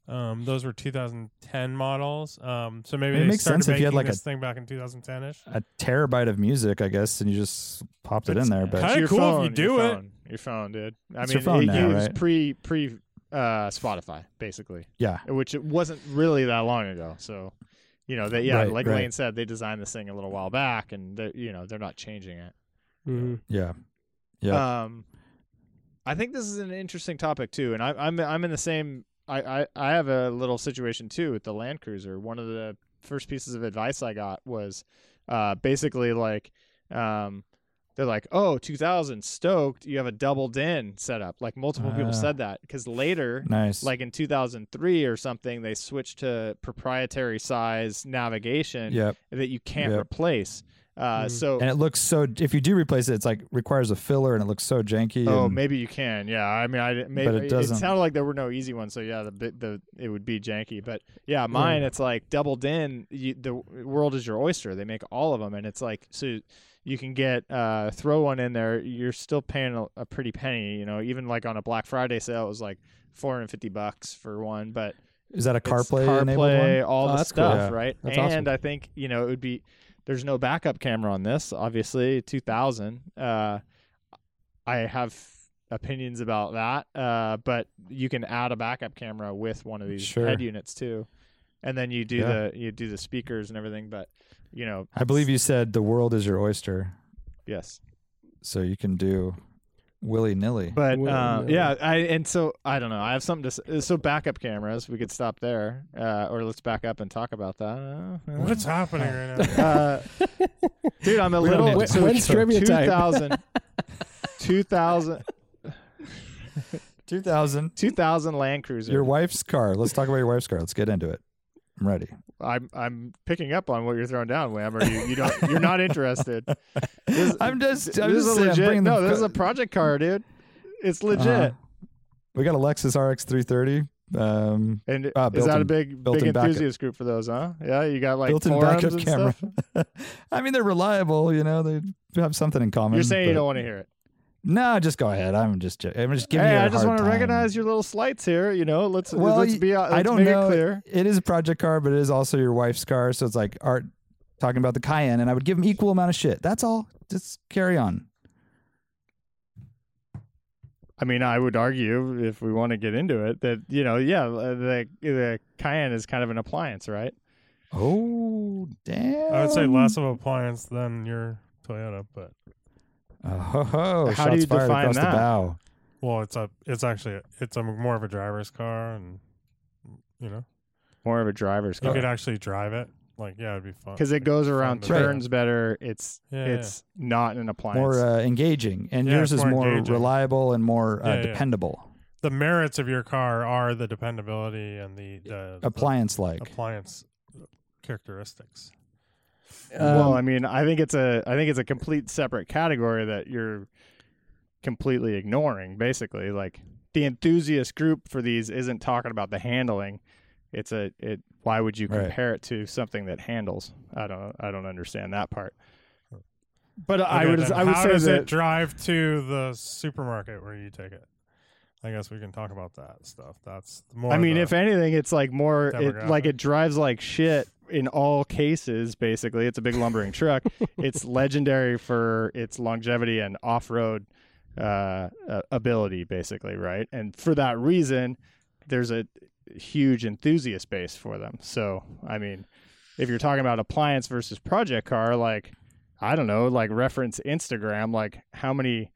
Speaker 4: Um, those were 2010 models. Um, so maybe
Speaker 3: It
Speaker 4: they
Speaker 3: makes
Speaker 4: started
Speaker 3: sense if
Speaker 4: making
Speaker 3: you had, like,
Speaker 4: this
Speaker 3: a-
Speaker 4: thing back in 2010 ish.
Speaker 3: A terabyte of music, I guess, and you just popped it in
Speaker 4: It's
Speaker 3: there.
Speaker 4: Kinda
Speaker 3: But
Speaker 2: It's your
Speaker 4: cool if
Speaker 2: phone,
Speaker 4: you do
Speaker 2: your
Speaker 4: it.
Speaker 2: Phone, your phone, dude. I
Speaker 3: It's your
Speaker 2: mean,
Speaker 3: phone
Speaker 2: it
Speaker 3: now,
Speaker 2: used
Speaker 3: right?
Speaker 2: pre pre uh, Spotify basically,
Speaker 3: yeah,
Speaker 2: which it wasn't really that long ago. So, you know, they, yeah,
Speaker 3: Right,
Speaker 2: like
Speaker 3: right.
Speaker 2: Lane said, they designed this thing a little while back, and they are you know they're not changing it.
Speaker 5: Mhm.
Speaker 3: yeah, yeah.
Speaker 2: Um, I think this is an interesting topic too, and I, I'm I'm in the same. I, I I have a little situation too with the Land Cruiser. One of the first pieces of advice I got was, uh, basically like, um, they're like, oh, 2000 stoked, you have a double din setup. Like multiple
Speaker 3: Ah.
Speaker 2: people said that because later
Speaker 3: nice.
Speaker 2: like in 2003 or something they switched to proprietary size navigation
Speaker 3: yep.
Speaker 2: that you can't
Speaker 3: Yep.
Speaker 2: replace Uh,
Speaker 5: Mm.
Speaker 2: So
Speaker 3: And it looks so. If you do replace it, it's like requires a filler, and it looks so janky.
Speaker 2: Oh,
Speaker 3: and-
Speaker 2: maybe you can. Yeah, I mean, I didn't- maybe
Speaker 3: it doesn't.
Speaker 2: sounded like there were no easy ones. So yeah, the bit the it would be janky. But yeah, mine it's like doubled in. You, the world is your oyster. They make all of them, and it's like so you can get uh throw one in there. You're still paying a, a pretty penny. You know, even like on a Black Friday sale, it was like four hundred fifty bucks for one. But
Speaker 3: is that a
Speaker 2: it's
Speaker 3: CarPlay enabled
Speaker 2: CarPlay,
Speaker 3: one?
Speaker 2: all
Speaker 5: Oh,
Speaker 2: the
Speaker 5: that's cool.
Speaker 2: stuff,
Speaker 3: Yeah.
Speaker 2: right?
Speaker 5: That's awesome.
Speaker 2: and I think you know it would be there's no backup camera on this, obviously. Two thousand. Uh, I have opinions about that, uh, but you can add a backup camera with one of these
Speaker 3: Sure.
Speaker 2: head units too, and then you do
Speaker 3: Yeah.
Speaker 2: the you do the speakers and everything. But you know,
Speaker 3: I believe you said the world is your oyster,
Speaker 2: yes.
Speaker 3: so you can do willy nilly.
Speaker 2: But
Speaker 5: Well,
Speaker 2: um,
Speaker 5: yeah.
Speaker 2: yeah, I and so I don't know. I have something to say. so backup cameras. We could stop there, uh, or let's back up and talk about that. Uh,
Speaker 4: What's happening right now?
Speaker 2: Uh, dude, I'm a
Speaker 3: We don't
Speaker 2: little.
Speaker 3: need to
Speaker 2: so
Speaker 5: When's
Speaker 2: so
Speaker 5: trivia time?
Speaker 2: 2000, 2000,
Speaker 3: Two thousand.
Speaker 2: 2000 Land Cruiser.
Speaker 3: Your wife's car. Let's talk about your wife's car. Let's get into it. I'm ready.
Speaker 2: I'm I'm picking up on what you're throwing down, Wham. Or you, you don't you're not interested. This-
Speaker 3: I'm just. I'm
Speaker 2: this is
Speaker 3: just
Speaker 2: a
Speaker 3: saying, I'm
Speaker 2: legit.
Speaker 3: bringing the
Speaker 2: No, this
Speaker 3: co-
Speaker 2: is a project car, dude. It's legit.
Speaker 3: Uh-huh. We got a Lexus RX 330. Um,
Speaker 2: And it-
Speaker 3: Ah,
Speaker 2: is that a
Speaker 3: built-in-
Speaker 2: big big
Speaker 3: built-in backup.
Speaker 2: enthusiast group for those, huh? Yeah, you got like
Speaker 3: built-in
Speaker 2: forums
Speaker 3: backup
Speaker 2: and
Speaker 3: camera.
Speaker 2: Stuff?
Speaker 3: I mean, they're reliable. You know, they have something in common.
Speaker 2: You're saying you
Speaker 3: but-
Speaker 2: don't want to hear it.
Speaker 3: No, just go ahead. I'm just. jo- I'm just giving
Speaker 2: hey,
Speaker 3: you. I
Speaker 2: I just want to recognize your little slights here. You know, let's
Speaker 3: Well,
Speaker 2: let's
Speaker 3: y-
Speaker 2: be. uh, Let's
Speaker 3: I don't
Speaker 2: make
Speaker 3: know.
Speaker 2: it clear.
Speaker 3: It is a project car, but it is also your wife's car. So it's like art talking about the Cayenne, and I would give him equal amount of shit. That's all. Just carry on.
Speaker 2: I mean, I would argue if we want to get into it that you know, yeah, uh, the the Cayenne is kind of an appliance, right?
Speaker 3: Oh damn!
Speaker 4: I would say less of appliance than your Toyota, but
Speaker 3: Oh, ho,
Speaker 2: How
Speaker 3: ho.
Speaker 2: do
Speaker 3: Shots
Speaker 2: you
Speaker 3: fired
Speaker 2: define
Speaker 3: across
Speaker 2: that?
Speaker 3: the bow.
Speaker 4: well, it's a it's actually it's a more of a driver's car, and you know
Speaker 2: More of a driver's
Speaker 4: you could
Speaker 2: car
Speaker 4: actually drive it. Like yeah, it'd be fun
Speaker 2: because Oh. it goes around
Speaker 4: Right.
Speaker 2: turns better. It's
Speaker 4: Yeah, yeah.
Speaker 2: it's not an appliance.
Speaker 3: More uh, engaging, and
Speaker 4: Yeah,
Speaker 3: yours
Speaker 4: it's
Speaker 3: is
Speaker 4: more
Speaker 3: more
Speaker 4: engaging.
Speaker 3: reliable and more uh,
Speaker 4: Yeah, yeah.
Speaker 3: dependable,
Speaker 4: the merits of your car are the dependability and the, the
Speaker 3: appliance-like.
Speaker 4: the appliance characteristics.
Speaker 2: well, I
Speaker 5: Um,
Speaker 2: mean, I think it's a I think it's a complete separate category that you're completely ignoring. Basically, like the enthusiast group for these isn't talking about the handling. It's a it. Why would you
Speaker 3: Right.
Speaker 2: compare it to something that handles? I don't I don't understand that part. But I
Speaker 4: Okay,
Speaker 2: would
Speaker 4: then
Speaker 2: I would
Speaker 4: how
Speaker 2: say
Speaker 4: does
Speaker 2: that
Speaker 4: it drive to the supermarket where you take it? I guess we can talk about that stuff. That's more.
Speaker 2: I mean,
Speaker 4: the-
Speaker 2: if anything, it's like more it,
Speaker 4: demographic.
Speaker 2: like it drives like shit in all cases. Basically, it's a big lumbering truck. It's legendary for its longevity and off-road uh, uh, ability, basically, right? And for that reason, there's a huge enthusiast base for them. So, I mean, if you're talking about appliance versus project car, like I don't know, like reference Instagram, like how many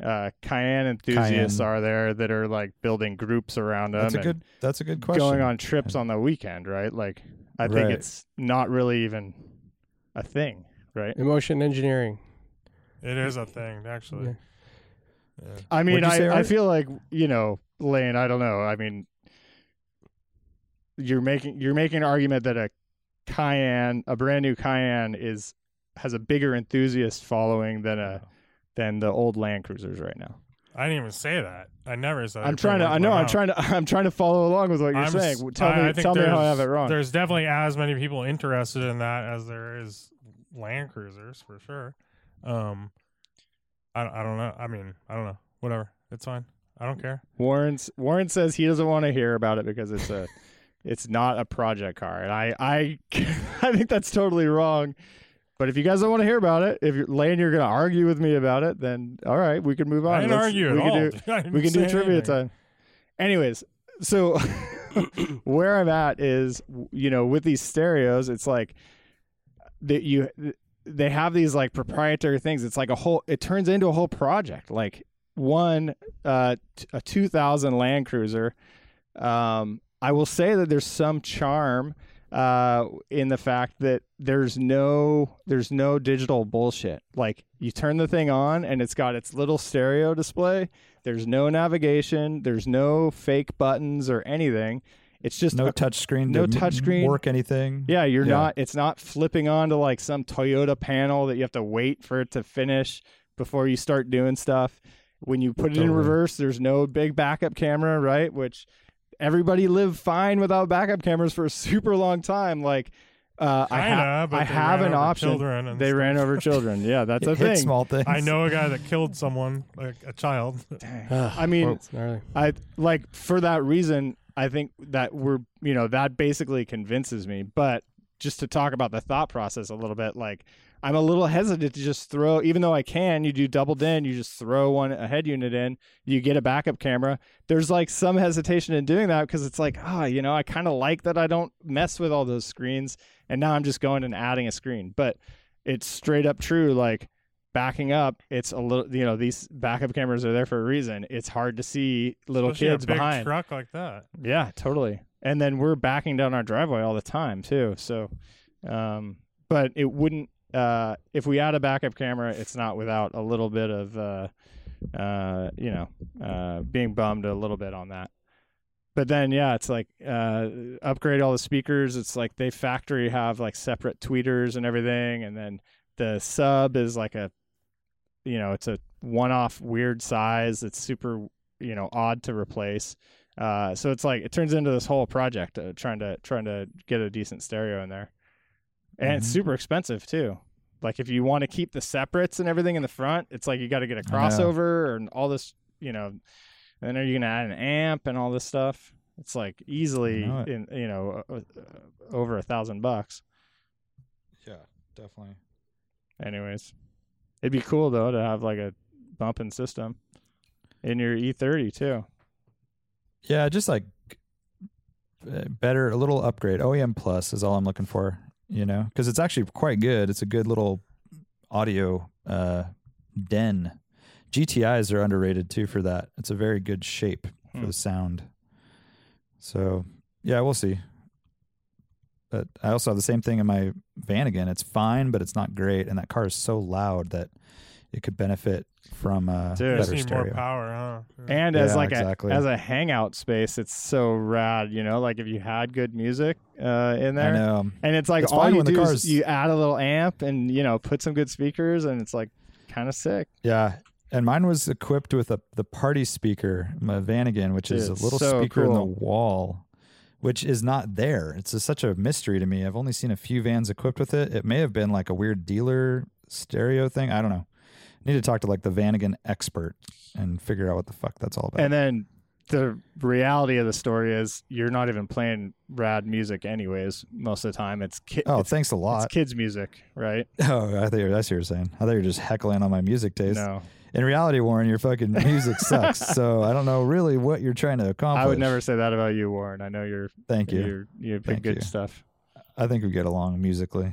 Speaker 2: uh Cayenne enthusiasts
Speaker 3: Cayenne.
Speaker 2: are there that are like building groups around them
Speaker 3: That's a
Speaker 2: and
Speaker 3: good. That's a good question.
Speaker 2: going on trips on the weekend, right? Like I think
Speaker 3: Right.
Speaker 2: it's not really even a thing, right?
Speaker 5: emotion engineering.
Speaker 4: it is a thing, actually.
Speaker 5: Yeah.
Speaker 4: Yeah.
Speaker 2: I mean,
Speaker 3: What'd you say,
Speaker 2: I, I
Speaker 3: Art?
Speaker 2: feel like you know, Lane. I don't know. I mean, you're making you're making an argument that a Cayenne, a brand new Cayenne, is has a bigger enthusiast following than a than the old Land Cruisers right now.
Speaker 4: I didn't even say that. I never said.
Speaker 2: I'm
Speaker 4: it.
Speaker 2: trying to. I know. I'm
Speaker 4: Wow.
Speaker 2: trying to. I'm trying to follow along with what you're
Speaker 4: I'm
Speaker 2: saying.
Speaker 4: s-
Speaker 2: Tell
Speaker 4: I-
Speaker 2: me.
Speaker 4: I think
Speaker 2: tell me how I
Speaker 4: there's-
Speaker 2: have it wrong.
Speaker 4: There's definitely as many people interested in that as there is Land Cruisers for sure. Um, I I don't know. I mean, I don't know. Whatever. It's fine. I don't care.
Speaker 2: Warren's Warren says he doesn't want to hear about it because it's a it's not a project car, and I I I think that's totally wrong. But if you guys don't want to hear about it, if you're Lane, you're going to argue with me about it, then all right, we can move on.
Speaker 4: I didn't
Speaker 2: Let's-
Speaker 4: argue
Speaker 2: we
Speaker 4: at
Speaker 2: can
Speaker 4: all.
Speaker 2: do- we can do trivia time. Anyways, so where I'm at is, you know, with these stereos, it's like that you they have these like proprietary things. It's like a whole. It turns into a whole project. Like one, uh, t- a 2000 Land Cruiser. Um, I will say that there's some charm uh in the fact that there's no there's no digital bullshit like you turn the thing on and it's got its little stereo display there's no navigation. There's no fake buttons or anything. It's just
Speaker 3: No
Speaker 2: a-
Speaker 3: touch screen.
Speaker 2: no
Speaker 3: to m-
Speaker 2: touchscreen.
Speaker 3: Work anything.
Speaker 2: Yeah, you're
Speaker 3: Yeah.
Speaker 2: not. It's not flipping on to like some Toyota panel that you have to wait for it to finish before you start doing stuff. When you put it in
Speaker 3: Totally.
Speaker 2: reverse, there's no big backup camera, right? Which everybody lived fine without backup cameras for a super long time. Like, uh, I,
Speaker 4: Kinda,
Speaker 2: ha-
Speaker 4: but
Speaker 2: I
Speaker 4: they
Speaker 2: have
Speaker 4: ran
Speaker 2: an
Speaker 4: over
Speaker 2: option.
Speaker 4: children and
Speaker 2: they
Speaker 4: stuff.
Speaker 2: ran over children. Yeah, that's
Speaker 3: It
Speaker 2: a
Speaker 3: hit
Speaker 2: thing.
Speaker 3: small things.
Speaker 4: I know a guy that killed someone, like a child.
Speaker 2: I mean,
Speaker 5: it's gnarly.
Speaker 2: I like for that reason. I think that we're you know that basically convinces me. But just to talk about the thought process a little bit, like I'm a little hesitant to just throw, even though I can. You do doubled in, you just throw one a head unit in, you get a backup camera. There's like some hesitation in doing that because it's like ah, you know, I kind of like that I don't mess with all those screens, and now I'm just going and adding a screen. But it's straight up true, like. Backing up, it's a little, you know, these backup cameras are there for a reason. It's hard to see little
Speaker 4: Especially
Speaker 2: kids
Speaker 4: a big
Speaker 2: behind.
Speaker 4: truck like that.
Speaker 2: Yeah, totally. And then we're backing down our driveway all the time too. So, um, but it wouldn't. Uh, if we add a backup camera, it's not without a little bit of, uh, uh, you know, uh, being bummed a little bit on that. But then, yeah, it's like uh, upgrade all the speakers. It's like they factory have like separate tweeters and everything, and then the sub is like a, you know, it's a one-off weird size. It's super, you know, odd to replace. Uh, so it's like it turns into this whole project of trying to trying to get a decent stereo in there, and it's
Speaker 3: Mhm.
Speaker 2: super expensive too. Like if you want to keep the separates and everything in the front, it's like you got to get a
Speaker 3: know.
Speaker 2: crossover and all this, you know. And then are you gonna add an amp and all this stuff? It's like easily
Speaker 3: know it.
Speaker 2: in you know uh, uh, over a thousand bucks.
Speaker 3: Yeah, definitely.
Speaker 2: Anyways, it'd be cool though to have like a bumping system in your E30 too.
Speaker 3: Yeah, just like uh, better, a little upgrade. OEM Plus is all I'm looking for, you know, because it's actually quite good. It's a good little audio uh, den. GTIs are underrated too for that. It's a very good shape for
Speaker 2: Hmm.
Speaker 3: the sound. So, yeah, we'll see. But I also have the same thing in my van again. It's fine, but it's not great. And that car is so loud that it could benefit from uh,
Speaker 2: Dude.
Speaker 3: better
Speaker 4: Just need
Speaker 3: stereo.
Speaker 4: more power, huh? Yeah.
Speaker 2: and as
Speaker 3: Yeah,
Speaker 2: like
Speaker 3: exactly.
Speaker 2: a as a hangout space it's so rad you know like if you had good music uh in
Speaker 3: I
Speaker 2: there
Speaker 3: know.
Speaker 2: and it's like
Speaker 3: It's
Speaker 2: all
Speaker 3: fine
Speaker 2: you
Speaker 3: when the
Speaker 2: do is
Speaker 3: car's-
Speaker 2: you add a little amp and you know put some good speakers and it's like kind of sick
Speaker 3: Yeah. And mine was equipped with a the party speaker, my Vanagon, which is a
Speaker 2: Dude,
Speaker 3: little
Speaker 2: so
Speaker 3: speaker in the
Speaker 2: cool.
Speaker 3: wall, which is not there. It's just such a mystery to me. I've only seen a few vans equipped with it. It may have been like a weird dealer stereo thing. I don't know. I need to talk to like the Vanagon expert and figure out what the fuck that's all about.
Speaker 2: and then the reality of the story is you're not even playing rad music anyways most of the time it's ki-
Speaker 3: oh,
Speaker 2: it's,
Speaker 3: thanks a
Speaker 2: it's
Speaker 3: lot.
Speaker 2: kids music right
Speaker 3: Oh, I thought you, that's what you were saying. I thought you were just heckling on my music taste.
Speaker 2: no
Speaker 3: In reality, Warren, your fucking music sucks. So I don't know really what you're trying to accomplish.
Speaker 2: i would never say that about you warren i know you're
Speaker 3: Oh, Thank you.
Speaker 2: you're you pick
Speaker 3: Thank
Speaker 2: good
Speaker 3: you.
Speaker 2: stuff
Speaker 3: I think we get along musically.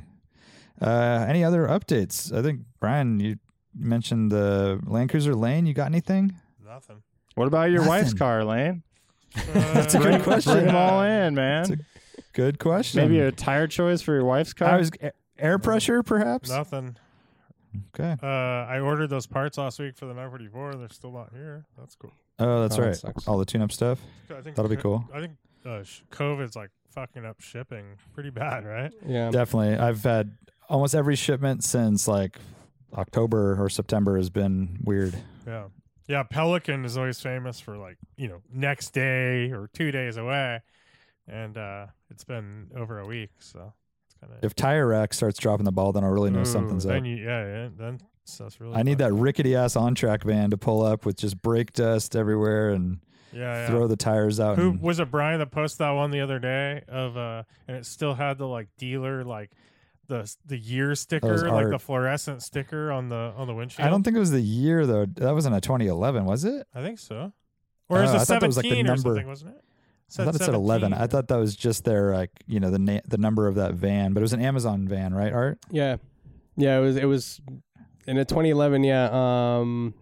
Speaker 3: Uh, any other updates? I think Brian, you mentioned the Land Cruiser Lane. You got anything?
Speaker 4: Nothing. Uh,
Speaker 2: what about your wife's
Speaker 3: Nothing.
Speaker 2: car lane
Speaker 4: That's
Speaker 3: a good
Speaker 2: bring,
Speaker 3: question.
Speaker 2: bring them all in man
Speaker 3: It's a Good question.
Speaker 2: Maybe a tire choice for your wife's car.
Speaker 3: I was a- air pressure, perhaps.
Speaker 4: Nothing.
Speaker 3: Okay.
Speaker 4: Uh, I ordered those parts last week for the 944. They're still not here. That's cool.
Speaker 3: Oh, that's
Speaker 5: Oh, that
Speaker 3: right.
Speaker 5: sucks.
Speaker 3: All the tune-up stuff.
Speaker 4: I think
Speaker 3: That'll be cool.
Speaker 4: I think uh, sh- COVID's like fucking up shipping pretty bad, right?
Speaker 5: Yeah.
Speaker 3: Definitely. I've had almost every shipment since like October or September has been weird.
Speaker 4: Yeah. Yeah. Pelican is always famous for like, you know, next day or two days away. And uh, it's been over a week. So it's kind of.
Speaker 3: If Tire Rack starts dropping the ball, then I'll really know something's up.
Speaker 4: then You, yeah, yeah. Then that's really.
Speaker 3: I need
Speaker 4: fucked.
Speaker 3: that rickety ass on track van to pull up with just brake dust everywhere and
Speaker 4: Yeah. yeah.
Speaker 3: throw the tires out.
Speaker 4: Who
Speaker 3: and-
Speaker 4: was it? Brian that posted that one the other day of uh, and it still had the like dealer like the the year sticker, like
Speaker 3: art.
Speaker 4: the fluorescent sticker on the on the windshield.
Speaker 3: I don't think it was the year though. That wasn't a 2011, was it?
Speaker 4: I think so. Or is
Speaker 3: Oh,
Speaker 4: it
Speaker 3: I thought that was, like, the
Speaker 4: seventeen or
Speaker 3: number.
Speaker 4: something? Wasn't it?
Speaker 3: I thought it said 11.
Speaker 4: 17.
Speaker 3: I thought that was just their like you know the na- the number of that van, but it was an Amazon van, right? Art.
Speaker 5: Yeah. Yeah, it was it was in a 2011, yeah. Um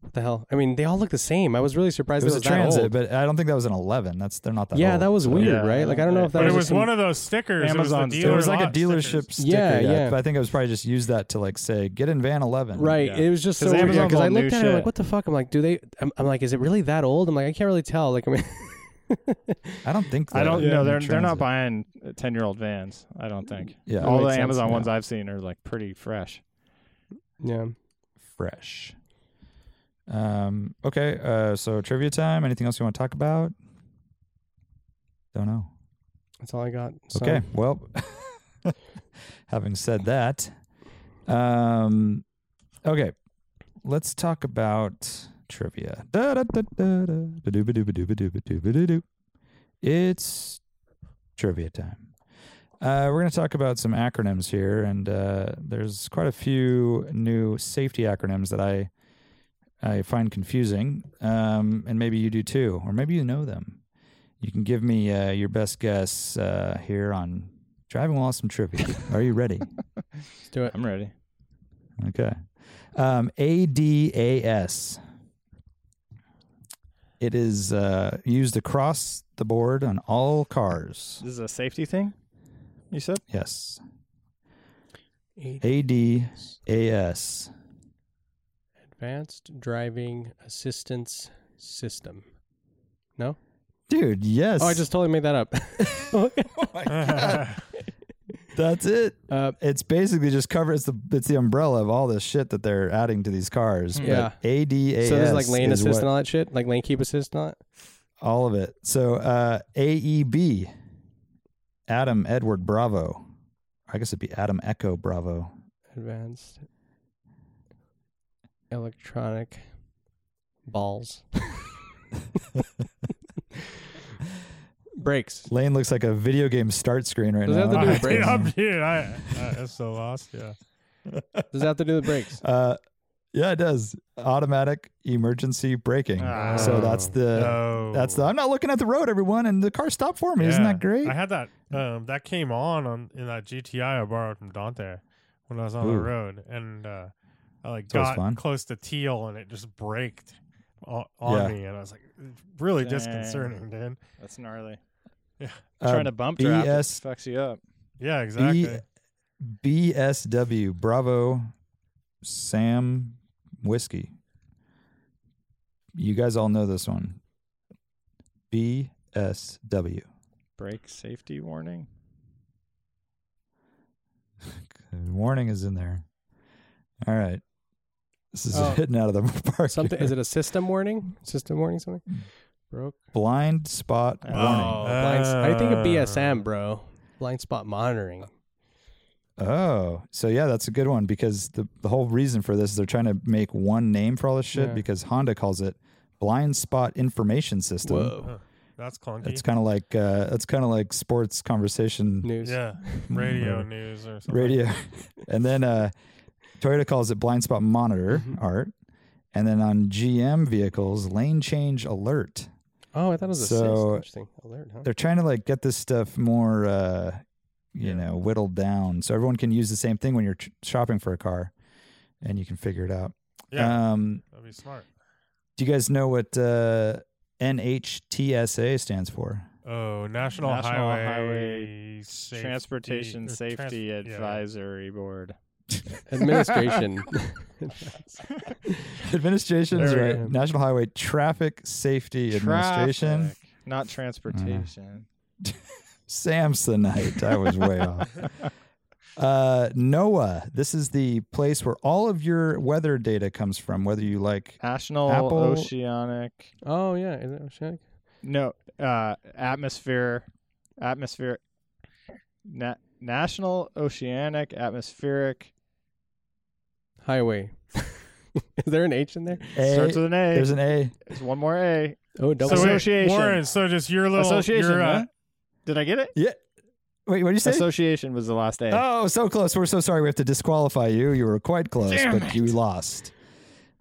Speaker 5: what the hell? I mean, they all look the same. I was really surprised
Speaker 3: It was a
Speaker 5: it that old.
Speaker 3: transit, but I don't think that was an 11. That's they're not that.
Speaker 5: yeah,
Speaker 3: old,
Speaker 5: that was
Speaker 3: so-
Speaker 5: weird,
Speaker 2: Yeah,
Speaker 5: right? Like I don't know if that
Speaker 4: But
Speaker 5: was
Speaker 4: it
Speaker 5: just
Speaker 4: was
Speaker 5: some-
Speaker 4: one of those stickers. it
Speaker 2: Amazon
Speaker 4: was, the
Speaker 2: sticker.
Speaker 3: It
Speaker 4: dealer
Speaker 3: was like a
Speaker 4: lot
Speaker 3: dealership
Speaker 4: stickers.
Speaker 3: sticker.
Speaker 5: Yeah, yeah.
Speaker 3: but I think I was probably just used that to like say get in van 11.
Speaker 5: Right.
Speaker 2: Yeah.
Speaker 5: It was just so
Speaker 2: 'Cause
Speaker 5: weird.
Speaker 2: Amazon's
Speaker 5: Because I
Speaker 2: all new
Speaker 5: looked at it I'm
Speaker 2: shit.
Speaker 5: like, what the fuck? I'm like, do they? I'm, I'm like, is it really that old? I'm like, I can't really tell. Like, I mean,
Speaker 3: I don't think
Speaker 2: I don't
Speaker 3: they're
Speaker 2: know.
Speaker 3: in
Speaker 2: They're they're not
Speaker 3: transit.
Speaker 2: buying ten year old vans. I don't think.
Speaker 3: Yeah,
Speaker 2: All the
Speaker 5: makes sense,
Speaker 2: Amazon
Speaker 5: yeah.
Speaker 2: ones I've seen are like pretty fresh.
Speaker 5: yeah.
Speaker 3: fresh. Um. Okay. Uh. So trivia time. Anything else you want to talk about? Don't know.
Speaker 5: That's all I got. So,
Speaker 3: Okay. Well, having said that, um, okay, let's talk about trivia. Da, da, da, da, da. Ba-doo, ba-doo, ba-doo, ba-doo, ba-doo, ba-doo, doo. It's trivia time. Uh, we're going to talk about some acronyms here, and uh, there's quite a few new safety acronyms that I I find confusing, um, and maybe you do too, or maybe you know them. You can give me uh, your best guess uh, here on driving while awesome trivia. Are you ready?
Speaker 5: Let's do it.
Speaker 2: I'm ready.
Speaker 3: Okay. Um, ADAS. It is uh, used across the board on all cars.
Speaker 2: This is a safety thing. You said
Speaker 3: Yes.
Speaker 5: Eight
Speaker 3: ADAS.
Speaker 5: Advanced driving assistance system.
Speaker 3: Dude, yes.
Speaker 5: Oh, I just totally made that up.
Speaker 3: That's it.
Speaker 5: uh,
Speaker 3: It's basically just cover it's the it's the umbrella of all this shit that they're adding to these cars.
Speaker 5: Hmm. Yeah.
Speaker 3: But ADAS.
Speaker 5: so there's like lane
Speaker 3: is
Speaker 5: assist
Speaker 3: what-
Speaker 5: and all that shit, like lane keep assist and all that.
Speaker 3: All of it. So uh, AEB, Adam Edward Bravo. I guess it'd be Adam Echo Bravo.
Speaker 5: Advanced electronic balls. Brakes.
Speaker 3: Lane looks like a video game start screen right
Speaker 5: Does that
Speaker 3: now.
Speaker 5: have to do with
Speaker 3: That's
Speaker 5: brakes?
Speaker 4: I'm, dude,
Speaker 3: amazing.
Speaker 4: I, I, I'm so lost. Yeah.
Speaker 5: Does that have to do with brakes?
Speaker 3: Uh, yeah, it does. Automatic emergency braking.
Speaker 4: Ah,
Speaker 3: so that's the
Speaker 4: No.
Speaker 3: that's the. I'm not looking at the road, everyone, and the car stopped for me. Isn't
Speaker 4: Yeah.
Speaker 3: that great?
Speaker 4: I had that. Um, that came on on in that GTI I borrowed from Dante when I was on
Speaker 3: Ooh.
Speaker 4: the road, and uh, I like
Speaker 3: It's always
Speaker 4: got
Speaker 3: fun.
Speaker 4: close to teal, and it just braked on, on
Speaker 3: Yeah.
Speaker 4: me, and I was like, it's really
Speaker 2: Dang.
Speaker 4: disconcerting, dude.
Speaker 2: that's gnarly.
Speaker 3: Uh,
Speaker 2: Trying to bump drop it
Speaker 3: BS
Speaker 2: fucks you up.
Speaker 4: Yeah, exactly.
Speaker 3: B- BSW Bravo Sam Whiskey. You guys all know this one. BSW.
Speaker 2: Brake safety warning.
Speaker 3: Warning is in there. All right. This is
Speaker 5: Oh.
Speaker 3: hitting out of the park.
Speaker 5: Something is it a system warning? System warning something?
Speaker 3: Mm.
Speaker 5: Broke.
Speaker 3: blind spot
Speaker 2: Oh.
Speaker 3: warning.
Speaker 5: blind, I think
Speaker 4: Uh,
Speaker 5: of BSM, bro. Blind spot monitoring.
Speaker 3: Oh, so yeah, that's a good one because the, the whole reason for this is they're trying to make one name for all this shit
Speaker 5: Yeah.
Speaker 3: because Honda calls it blind spot information system.
Speaker 5: Whoa.
Speaker 4: That's clunky.
Speaker 3: It's kind of like uh, it's kind of like sports conversation
Speaker 5: News.
Speaker 4: yeah, radio news or something.
Speaker 3: radio, and then uh, Toyota calls it blind spot monitor
Speaker 5: Mm-hmm.
Speaker 3: art, and then on GM vehicles lane change alert.
Speaker 5: Oh, I thought it was a
Speaker 3: So-
Speaker 5: so, Interesting. Alert, huh?
Speaker 3: They're trying to like get this stuff more, uh, you know, whittled down so everyone can use the same thing when you're tr- shopping for a car, and you can figure it out.
Speaker 4: Yeah,
Speaker 3: Um,
Speaker 4: that'd be smart.
Speaker 3: do you guys know what uh, NHTSA stands for?
Speaker 4: Oh, National,
Speaker 2: National
Speaker 4: Highway,
Speaker 2: Highway
Speaker 4: Safety-
Speaker 2: Transportation
Speaker 3: uh,
Speaker 4: or
Speaker 2: Safety
Speaker 4: trans- yeah.
Speaker 2: Advisory Board.
Speaker 5: Administration.
Speaker 3: Administration,
Speaker 5: There we
Speaker 3: right.
Speaker 5: go.
Speaker 3: National Highway Traffic Safety Administration.
Speaker 2: Traffic, not transportation.
Speaker 3: Samsonite. I was way off. Uh, NOAA. This is the place where all of your weather data comes from, whether you like
Speaker 2: National
Speaker 3: Apple-
Speaker 2: Oceanic.
Speaker 5: oh yeah, is it oceanic?
Speaker 2: No, uh, atmosphere, atmosphere, na- National Oceanic Atmospheric.
Speaker 5: Highway. is there an H in there?
Speaker 3: A.
Speaker 2: starts with an A.
Speaker 3: There's an A.
Speaker 2: There's one more A.
Speaker 5: Oh, double.
Speaker 4: So wait,
Speaker 2: Association.
Speaker 4: Warren, so just your uh, little
Speaker 2: Association.
Speaker 4: your,
Speaker 2: huh? Did I get it?
Speaker 3: Wait, what did you say?
Speaker 2: Association was the last A.
Speaker 3: Oh, so close. We're so sorry. We have to disqualify you. You were quite close, but you lost.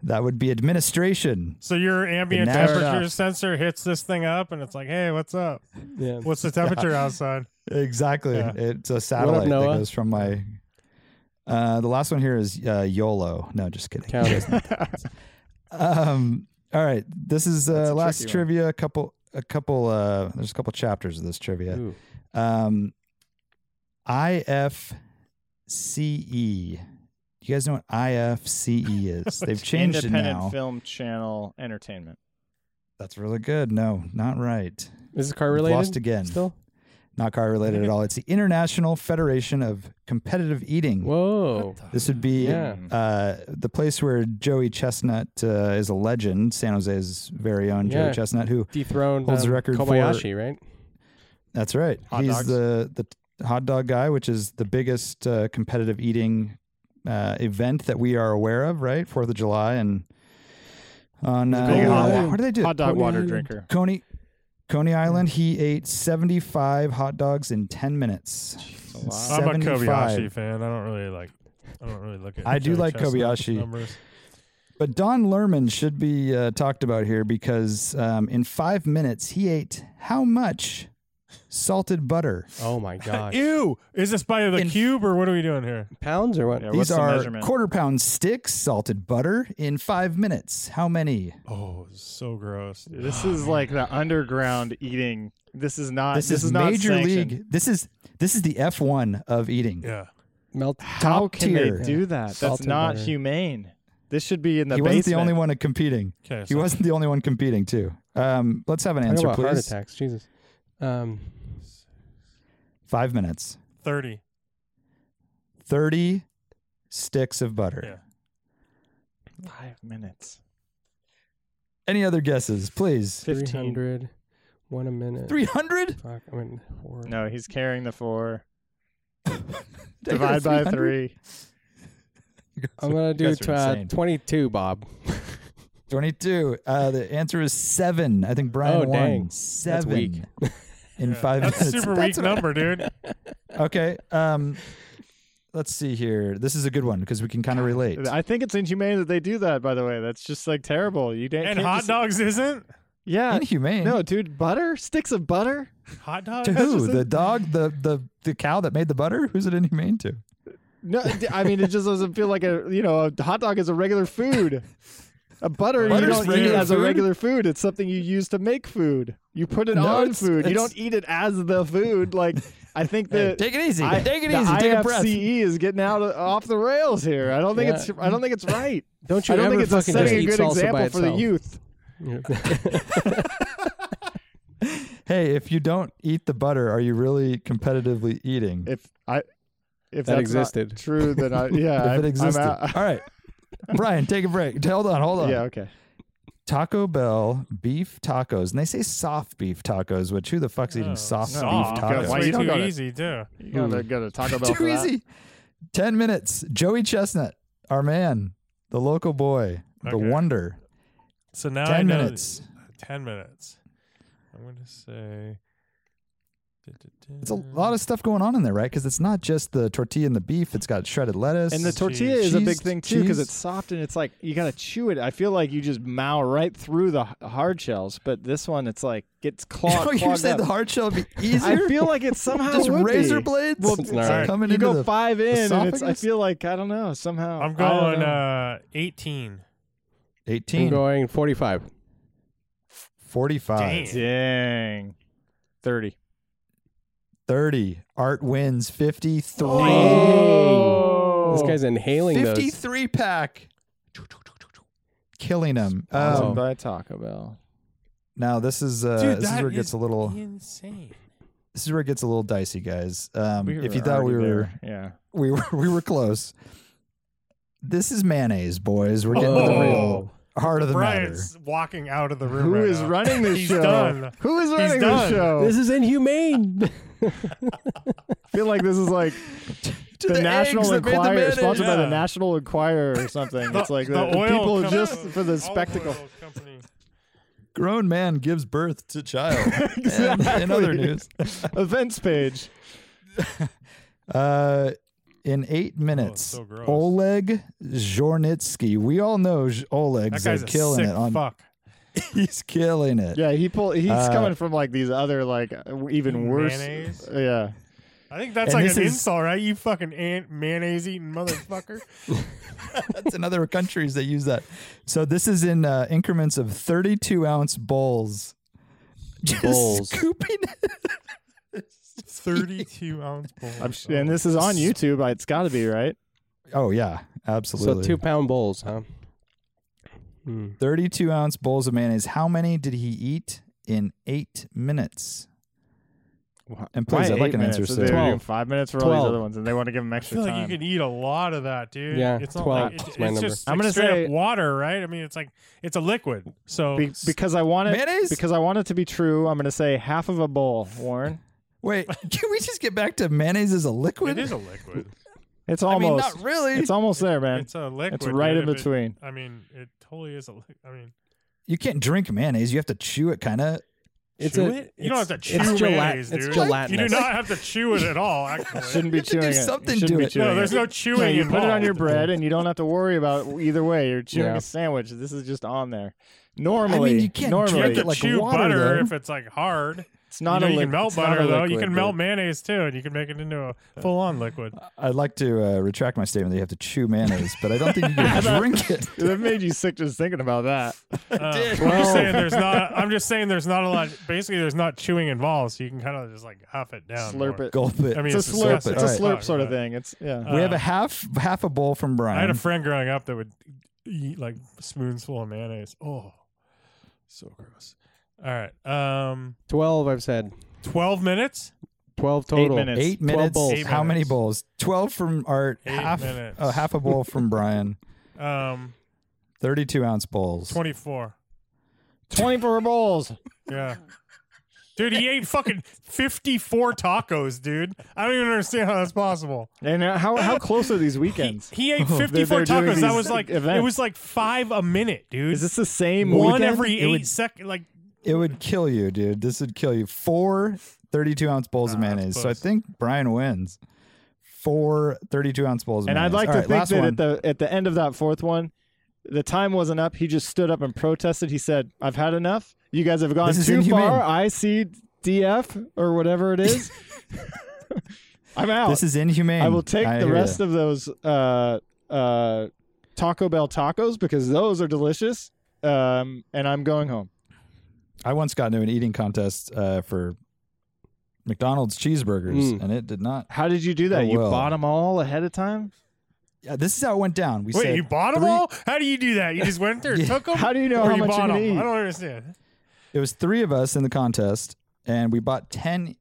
Speaker 3: That would be administration.
Speaker 4: So your ambient
Speaker 3: Fair
Speaker 4: temperature
Speaker 2: enough.
Speaker 4: sensor hits this thing up, and it's like, "Hey, what's up?
Speaker 5: yeah.
Speaker 4: What's the temperature outside?"
Speaker 3: Exactly.
Speaker 4: Yeah.
Speaker 3: It's a satellite that
Speaker 5: NOAA?
Speaker 3: goes from my. Uh, the last one here is uh, YOLO. No, just kidding.
Speaker 5: Count it.
Speaker 3: um all right this is
Speaker 2: That's
Speaker 3: uh
Speaker 2: a
Speaker 3: last
Speaker 2: tricky one.
Speaker 3: trivia a couple a couple uh there's a couple chapters of this trivia
Speaker 5: Ooh.
Speaker 3: um ifce E. you guys know what ifce E is they've changed it
Speaker 2: Independent
Speaker 3: now
Speaker 2: Film Channel Entertainment.
Speaker 3: That's really good. No, not right.
Speaker 5: Is this car
Speaker 3: We've
Speaker 5: related?
Speaker 3: Lost again.
Speaker 5: Still?
Speaker 3: Not car related at all. It's the International Federation of Competitive Eating.
Speaker 5: Whoa.
Speaker 3: This would be
Speaker 5: Yeah.
Speaker 3: uh, the place where Joey Chestnut uh, is a legend, San Jose's very own
Speaker 5: Yeah.
Speaker 3: Joey Chestnut, who,
Speaker 5: Dethroned
Speaker 3: Holds the
Speaker 5: um,
Speaker 3: record for-
Speaker 5: Kobayashi, right?
Speaker 3: that's right,
Speaker 2: Hot
Speaker 3: he's
Speaker 2: dogs.
Speaker 3: the, the t- hot dog guy, which is the biggest uh, competitive eating uh, event that we are aware of, right? Fourth of July and on uh,
Speaker 2: big hot
Speaker 3: uh,
Speaker 2: dog-
Speaker 3: what do they do?
Speaker 2: hot dog
Speaker 3: Coney
Speaker 2: water
Speaker 3: Island?
Speaker 2: drinker.
Speaker 3: Coney, Coney Island. He ate seventy-five hot dogs in ten minutes.
Speaker 2: Wow.
Speaker 4: I'm a
Speaker 3: 75.
Speaker 4: Kobayashi fan. I don't really like. I don't really look at.
Speaker 3: I do
Speaker 4: Joey
Speaker 3: like
Speaker 4: Chestnut's
Speaker 3: Kobayashi.
Speaker 4: numbers.
Speaker 3: But Don Lerman should be uh, talked about here because um, in five minutes he ate how much salted butter?
Speaker 5: Oh my gosh.
Speaker 4: Ew! Is this by the
Speaker 3: In-
Speaker 4: cube or what are we doing here?
Speaker 5: Pounds or what?
Speaker 2: Yeah, what's
Speaker 3: These
Speaker 2: the
Speaker 3: are
Speaker 2: measurement?
Speaker 3: quarter pound sticks salted butter in five minutes. How many?
Speaker 4: Oh, so gross. dude.
Speaker 2: This is like the underground eating. This is not.
Speaker 3: This,
Speaker 2: Uh, This,
Speaker 3: is,
Speaker 2: not
Speaker 3: major
Speaker 2: sanctioned.
Speaker 3: league. This is this is the F one of eating.
Speaker 4: Yeah.
Speaker 5: Melt.
Speaker 2: How
Speaker 3: Top
Speaker 2: can
Speaker 3: tier.
Speaker 2: they do that?
Speaker 5: Salt
Speaker 2: That's
Speaker 5: and
Speaker 2: not
Speaker 5: butter.
Speaker 2: humane. This should be in the
Speaker 3: he
Speaker 2: basement.
Speaker 3: wasn't the only one competing.
Speaker 4: Okay.
Speaker 3: He
Speaker 4: so-
Speaker 3: wasn't the only one competing too. Um, let's have an
Speaker 5: Talk
Speaker 3: answer,
Speaker 5: about heart
Speaker 3: please.
Speaker 5: attacks. Jesus. Um,
Speaker 3: Five minutes.
Speaker 4: 30.
Speaker 3: Thirty sticks of butter.
Speaker 4: Yeah.
Speaker 2: Five minutes.
Speaker 3: Any other guesses, please?
Speaker 2: 15.
Speaker 5: 300. One a minute.
Speaker 3: Three hundred.
Speaker 5: Fuck, I went horrible.
Speaker 2: No, he's carrying the four.
Speaker 3: Did I
Speaker 2: Divide
Speaker 3: get a
Speaker 2: by
Speaker 3: 300?
Speaker 2: three.
Speaker 5: I'm gonna do
Speaker 3: guys are
Speaker 5: tw- uh,
Speaker 3: insane.
Speaker 5: 22, Bob.
Speaker 3: 22. Uh, the answer is seven. I think Brian
Speaker 5: Oh,
Speaker 3: won.
Speaker 5: dang. That's
Speaker 3: Seven
Speaker 5: weak.
Speaker 3: in
Speaker 4: Yeah.
Speaker 3: five
Speaker 4: That's a
Speaker 3: minutes.
Speaker 4: super
Speaker 3: That's
Speaker 4: weak
Speaker 3: what-
Speaker 4: number, dude.
Speaker 3: Okay. Um, let's see here. This is a good one because we can kind of relate.
Speaker 2: I think it's inhumane that they do that. By the way, that's just like terrible. You didn't.
Speaker 4: And hot dogs isn't
Speaker 2: Yeah.
Speaker 3: Inhumane.
Speaker 2: No, dude, butter sticks of butter.
Speaker 4: hot dogs.
Speaker 3: To who? The dog, the, the, the cow that made the butter? Who's it inhumane to?
Speaker 2: No, d- I mean it just doesn't feel like a you know a hot dog is a regular food. A butter you
Speaker 3: Butter's
Speaker 2: don't eat it
Speaker 3: regular
Speaker 2: as a
Speaker 3: food?
Speaker 2: regular food. It's something you use to make food. You put it
Speaker 3: No,
Speaker 2: on
Speaker 3: it's-
Speaker 2: food. You
Speaker 3: it's-
Speaker 2: don't eat it as the food. Like I think
Speaker 3: Hey,
Speaker 2: that
Speaker 3: take it easy.
Speaker 2: I-
Speaker 3: take it
Speaker 2: the
Speaker 3: easy. Take a breath.
Speaker 2: IFCE is getting out of, off the rails here. I don't think
Speaker 5: Yeah.
Speaker 2: it's I don't think it's right.
Speaker 5: Don't you
Speaker 2: I don't
Speaker 5: ever
Speaker 2: think it's a
Speaker 5: fucking just
Speaker 2: setting a
Speaker 5: eat
Speaker 2: good
Speaker 5: salsa by
Speaker 2: example for the
Speaker 5: itself.
Speaker 2: youth.
Speaker 3: Hey, if you don't eat the butter, are you really competitively eating?
Speaker 2: If I if
Speaker 5: That
Speaker 2: that's not
Speaker 5: existed.
Speaker 2: true, then I yeah I- I'm
Speaker 3: if it existed.
Speaker 2: out-
Speaker 3: All right. Brian, take a break. Hold on. Hold on.
Speaker 2: yeah okay.
Speaker 3: Taco Bell beef tacos, and they say soft beef tacos. Which who the fuck's eating
Speaker 4: Oh,
Speaker 3: soft
Speaker 4: no.
Speaker 3: beef
Speaker 2: God,
Speaker 3: tacos?
Speaker 2: why
Speaker 4: That's way
Speaker 2: you don't
Speaker 4: too
Speaker 2: gotta-
Speaker 4: easy, too.
Speaker 2: You gotta
Speaker 5: Hmm.
Speaker 2: go to Taco Bell. for
Speaker 3: Too
Speaker 2: that.
Speaker 3: easy. Ten minutes. Joey Chestnut, our man, the local boy, the
Speaker 4: Okay.
Speaker 3: wonder.
Speaker 4: So now I
Speaker 3: Ten
Speaker 4: know-
Speaker 3: minutes.
Speaker 4: 10 minutes. I'm going to say.
Speaker 3: It's a lot of stuff going on in there, right? Because it's not just the tortilla and the beef; it's got shredded lettuce.
Speaker 2: And the
Speaker 4: Cheese.
Speaker 2: tortilla is a big
Speaker 3: Cheese-
Speaker 2: thing too because
Speaker 3: cheese.
Speaker 2: it's soft and it's like you gotta chew it. I feel like you just mow right through the h- hard shells, but this one it's like gets clawed.
Speaker 3: oh, you
Speaker 2: clogged
Speaker 3: said
Speaker 2: up.
Speaker 3: the hard shell would be easier.
Speaker 2: I feel like it's somehow
Speaker 3: just
Speaker 2: would
Speaker 3: razor
Speaker 2: be.
Speaker 3: blades
Speaker 2: Well,
Speaker 3: It's
Speaker 5: alright.
Speaker 3: coming
Speaker 2: You
Speaker 3: into
Speaker 2: go
Speaker 3: the
Speaker 2: five in, and it's. I
Speaker 3: esophagus?
Speaker 2: feel like I don't know somehow.
Speaker 4: I'm
Speaker 2: I don't
Speaker 4: going
Speaker 2: know.
Speaker 4: uh, 18.
Speaker 5: I'm
Speaker 3: 18,
Speaker 5: going 45.
Speaker 3: 45,
Speaker 4: Damn.
Speaker 2: Dang, thirty.
Speaker 3: 30. Art wins 53.
Speaker 2: Oh.
Speaker 3: Oh.
Speaker 5: Dang. This guy's inhaling those.
Speaker 3: 53 pack. Killing him.
Speaker 2: Awesome.
Speaker 3: Um,
Speaker 2: by Taco Bell.
Speaker 3: Now this is uh,
Speaker 4: Dude,
Speaker 3: this is
Speaker 4: that
Speaker 3: where it gets
Speaker 4: is
Speaker 3: a little
Speaker 4: Insane.
Speaker 3: this is where it gets a little dicey, guys. Um,
Speaker 2: We
Speaker 3: if
Speaker 2: were
Speaker 3: you thought we
Speaker 2: already
Speaker 3: were,
Speaker 2: there. yeah,
Speaker 3: we were we were close, this is mayonnaise, boys. We're getting to the
Speaker 4: Oh.
Speaker 3: real heart of the
Speaker 4: Brian's walking out of the room.
Speaker 2: Who
Speaker 4: right
Speaker 2: is
Speaker 4: now.
Speaker 2: running this
Speaker 4: He's
Speaker 2: show?
Speaker 4: done.
Speaker 2: Who is running this
Speaker 4: done.
Speaker 3: Oh.
Speaker 2: show?
Speaker 5: This is inhumane.
Speaker 2: I feel like this is like
Speaker 3: matter. To
Speaker 2: the, National
Speaker 3: eggs that made the
Speaker 2: Enquirer,
Speaker 3: mayonnaise.
Speaker 2: sponsored by the
Speaker 4: Yeah.
Speaker 2: National Enquirer or something. it's like the,
Speaker 4: oil
Speaker 2: people
Speaker 4: company-
Speaker 2: just for the
Speaker 4: olive
Speaker 2: spectacle.
Speaker 4: oil company.
Speaker 3: Grown man gives birth to child. And
Speaker 2: Exactly.
Speaker 3: in other news,
Speaker 2: Events page.
Speaker 3: uh, in eight minutes,
Speaker 4: Oh, so gross.
Speaker 3: Oleg Zornitsky. We all know Z-
Speaker 4: That
Speaker 3: Oleg's
Speaker 4: guy's
Speaker 3: uh,
Speaker 4: a
Speaker 3: killing
Speaker 4: sick
Speaker 3: it. On,
Speaker 4: fuck.
Speaker 3: he's killing it.
Speaker 2: Yeah, he pull. He's
Speaker 3: Uh,
Speaker 2: coming from like these other like uh, even worse.
Speaker 4: Mayonnaise?
Speaker 2: Yeah.
Speaker 4: I think that's
Speaker 3: And
Speaker 4: like
Speaker 3: this
Speaker 4: an
Speaker 3: is-
Speaker 4: insult, right? You fucking ant mayonnaise eating motherfucker.
Speaker 3: That's in other countries that use that. So this is in uh, increments of 32 ounce bowls. Just
Speaker 5: Bowls.
Speaker 3: scooping it.
Speaker 4: Thirty-two ounce bowl.
Speaker 2: I'm sh- and this is on YouTube. uh, It's got to be right.
Speaker 3: Oh yeah,
Speaker 5: so
Speaker 3: absolutely.
Speaker 5: two pound bowls, huh? Mm.
Speaker 3: 32 ounce bowls of mayonnaise. How many did he eat in eight minutes?
Speaker 2: Wha-
Speaker 3: And please,
Speaker 2: Why
Speaker 3: I'd like
Speaker 2: eight
Speaker 3: an answer
Speaker 2: minutes? They were
Speaker 3: soon.
Speaker 2: doing
Speaker 5: 12.
Speaker 2: Five minutes for all
Speaker 5: 12.
Speaker 2: these other ones, and they want to give them
Speaker 4: I
Speaker 2: extra
Speaker 4: feel like
Speaker 2: time.
Speaker 4: you can eat a lot of that, dude.
Speaker 5: Yeah,
Speaker 4: it's not
Speaker 5: 12.
Speaker 4: like it-
Speaker 5: That's
Speaker 4: it's
Speaker 5: my number.
Speaker 4: just
Speaker 2: I'm
Speaker 4: like
Speaker 2: gonna
Speaker 4: straight
Speaker 2: say-
Speaker 4: up water, right? I mean, it's like it's a liquid. So
Speaker 2: Be- because I want it.
Speaker 3: Mayonnaise?
Speaker 2: Because I want it to be true. I'm going to say half of a bowl, Warren.
Speaker 3: Wait, can we just get back to mayonnaise as a liquid?
Speaker 4: it is a liquid.
Speaker 2: It's
Speaker 3: I mean,
Speaker 2: almost.
Speaker 3: not really.
Speaker 2: It's almost there, man.
Speaker 4: It's a liquid.
Speaker 2: It's right
Speaker 4: dude,
Speaker 2: in
Speaker 4: if it-
Speaker 2: between.
Speaker 4: I mean, it totally is a. Li- I mean,
Speaker 3: you can't drink mayonnaise. You have to chew it, kind of.
Speaker 5: It's
Speaker 4: chew
Speaker 5: a-
Speaker 4: it. You don't have to
Speaker 5: it's-
Speaker 4: chew
Speaker 5: it's gelat-
Speaker 4: mayonnaise,
Speaker 5: it's
Speaker 4: dude. You
Speaker 5: gelatinous.
Speaker 4: do not have to chew it at all. Actually,
Speaker 2: Shouldn't be
Speaker 3: You have to do
Speaker 2: chewing it. You
Speaker 3: something
Speaker 2: shouldn't
Speaker 3: to
Speaker 2: be
Speaker 3: it.
Speaker 2: chewing
Speaker 4: no, there's
Speaker 2: it.
Speaker 4: no
Speaker 2: No,
Speaker 4: chewing
Speaker 2: you put it on
Speaker 4: involved.
Speaker 2: your bread, and you don't have to worry about either way. You're chewing
Speaker 5: Yeah.
Speaker 2: a sandwich. This is just on there. Normally,
Speaker 3: you can't
Speaker 4: You
Speaker 2: normally
Speaker 4: have
Speaker 3: drink
Speaker 4: to
Speaker 3: it like
Speaker 4: chew
Speaker 3: water,
Speaker 4: butter
Speaker 3: though.
Speaker 4: if it's like hard.
Speaker 2: it's not
Speaker 4: you, know,
Speaker 2: a
Speaker 4: you
Speaker 2: liquid-
Speaker 4: can melt
Speaker 2: it's not
Speaker 4: butter
Speaker 2: a
Speaker 4: though. You
Speaker 2: liquid,
Speaker 4: can
Speaker 2: dude.
Speaker 4: melt mayonnaise too, and you can make it into a full-on liquid.
Speaker 3: I'd like to uh, retract my statement that you have to chew mayonnaise, but I don't think you can drink it.
Speaker 2: That made you sick just thinking about that.
Speaker 4: Uh, I'm just saying there's not. I'm just saying there's not a lot. Basically, there's not chewing involved, so you can kind of just like huff it down.
Speaker 2: Slurp
Speaker 4: more.
Speaker 2: it.
Speaker 3: Gulp it.
Speaker 4: I mean,
Speaker 2: It's
Speaker 4: it's
Speaker 2: a slurp. It's
Speaker 4: disgusting.
Speaker 2: a
Speaker 4: All right.
Speaker 2: slurp sort of thing. It's yeah.
Speaker 3: we
Speaker 4: Uh,
Speaker 3: have a half half a bowl from Brian.
Speaker 4: I had a friend growing up that would eat like spoons full of mayonnaise. Oh, so gross. All right. Um,
Speaker 5: 12, I've said.
Speaker 4: 12 minutes?
Speaker 5: 12 total.
Speaker 2: minutes.
Speaker 3: Eight
Speaker 5: 12
Speaker 3: minutes.
Speaker 5: bowls.
Speaker 4: Eight
Speaker 3: How many
Speaker 4: minutes.
Speaker 3: bowls? Twelve from Art.
Speaker 4: Eight
Speaker 3: half
Speaker 4: minutes.
Speaker 3: uh, half a bowl from Brian.
Speaker 4: Um,
Speaker 3: Thirty-two ounce bowls.
Speaker 4: 24.
Speaker 2: Twenty four bowls.
Speaker 4: Yeah. Dude, he ate fucking 54 tacos, dude. I don't even understand how that's possible.
Speaker 2: And uh, how how close are these weekends?
Speaker 4: He ate
Speaker 2: They're-
Speaker 4: 54
Speaker 2: they're doing
Speaker 4: tacos. That
Speaker 2: these
Speaker 4: was like, it
Speaker 2: events.
Speaker 4: was like five a minute, dude.
Speaker 2: Is this the same
Speaker 4: One
Speaker 2: weekend?
Speaker 4: every
Speaker 2: It
Speaker 4: eight
Speaker 2: would-
Speaker 4: sec- Like,
Speaker 3: It would kill you, dude. This would kill you. Four 32 ounce bowls of
Speaker 4: Nah, that's
Speaker 3: mayonnaise. So I
Speaker 4: close.
Speaker 3: think Brian wins. Four 32 ounce bowls of
Speaker 2: and I'd
Speaker 3: mayonnaise.
Speaker 2: like
Speaker 3: All
Speaker 2: to
Speaker 3: right,
Speaker 2: think
Speaker 3: last
Speaker 2: that
Speaker 3: one.
Speaker 2: at the at the end of that fourth one, the time wasn't up. He just stood up and protested. He said, "I've had enough. You guys have gone
Speaker 3: This is
Speaker 2: too
Speaker 3: inhumane."
Speaker 2: far. I see DF or whatever it is. I'm out.
Speaker 3: this is inhumane.
Speaker 2: I will take
Speaker 3: I
Speaker 2: the
Speaker 3: hear
Speaker 2: rest
Speaker 3: ya.
Speaker 2: of those uh, uh, Taco Bell tacos because those are delicious. Um, and I'm going home.
Speaker 3: I once got into an eating contest uh, for McDonald's cheeseburgers,
Speaker 5: Mm.
Speaker 3: and it did not.
Speaker 2: How did you do that?
Speaker 3: Oh,
Speaker 2: you
Speaker 3: well.
Speaker 2: bought them all ahead of time.
Speaker 3: Yeah, this is how it went down. We
Speaker 4: wait,
Speaker 3: said
Speaker 4: you bought them
Speaker 3: three-
Speaker 4: all? How do you do that? You just went there and
Speaker 3: Yeah.
Speaker 4: took them?
Speaker 2: How do you know
Speaker 4: or
Speaker 2: how
Speaker 4: you
Speaker 2: much
Speaker 4: bought
Speaker 2: you're
Speaker 4: 'em?
Speaker 2: gonna
Speaker 4: I
Speaker 2: eat?
Speaker 4: don't understand.
Speaker 3: It was three of us in the contest, and we bought 10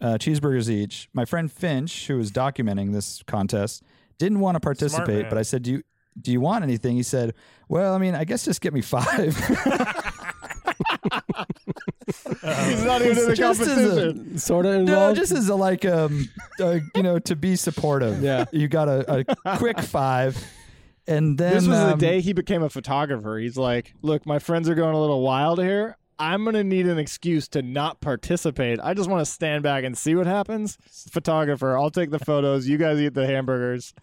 Speaker 3: uh, cheeseburgers each. My friend Finch, who was documenting this contest, didn't want to participate,
Speaker 4: man.
Speaker 3: but I said, Do you, do you want anything? He said, Well, I mean, I guess just get me five.
Speaker 2: He's not even in the
Speaker 3: Just as a-
Speaker 2: competition.
Speaker 5: Sort of
Speaker 3: no,
Speaker 5: involved.
Speaker 3: just as a like, um, uh, you know, to be supportive.
Speaker 5: Yeah.
Speaker 3: You got a, a quick five. And then
Speaker 2: This was the
Speaker 3: um,
Speaker 2: day he became a photographer. He's like, look, my friends are going a little wild here. I'm gonna need an excuse to not participate. I just want to stand back and see what happens. Photographer, I'll take the photos. You guys eat the hamburgers.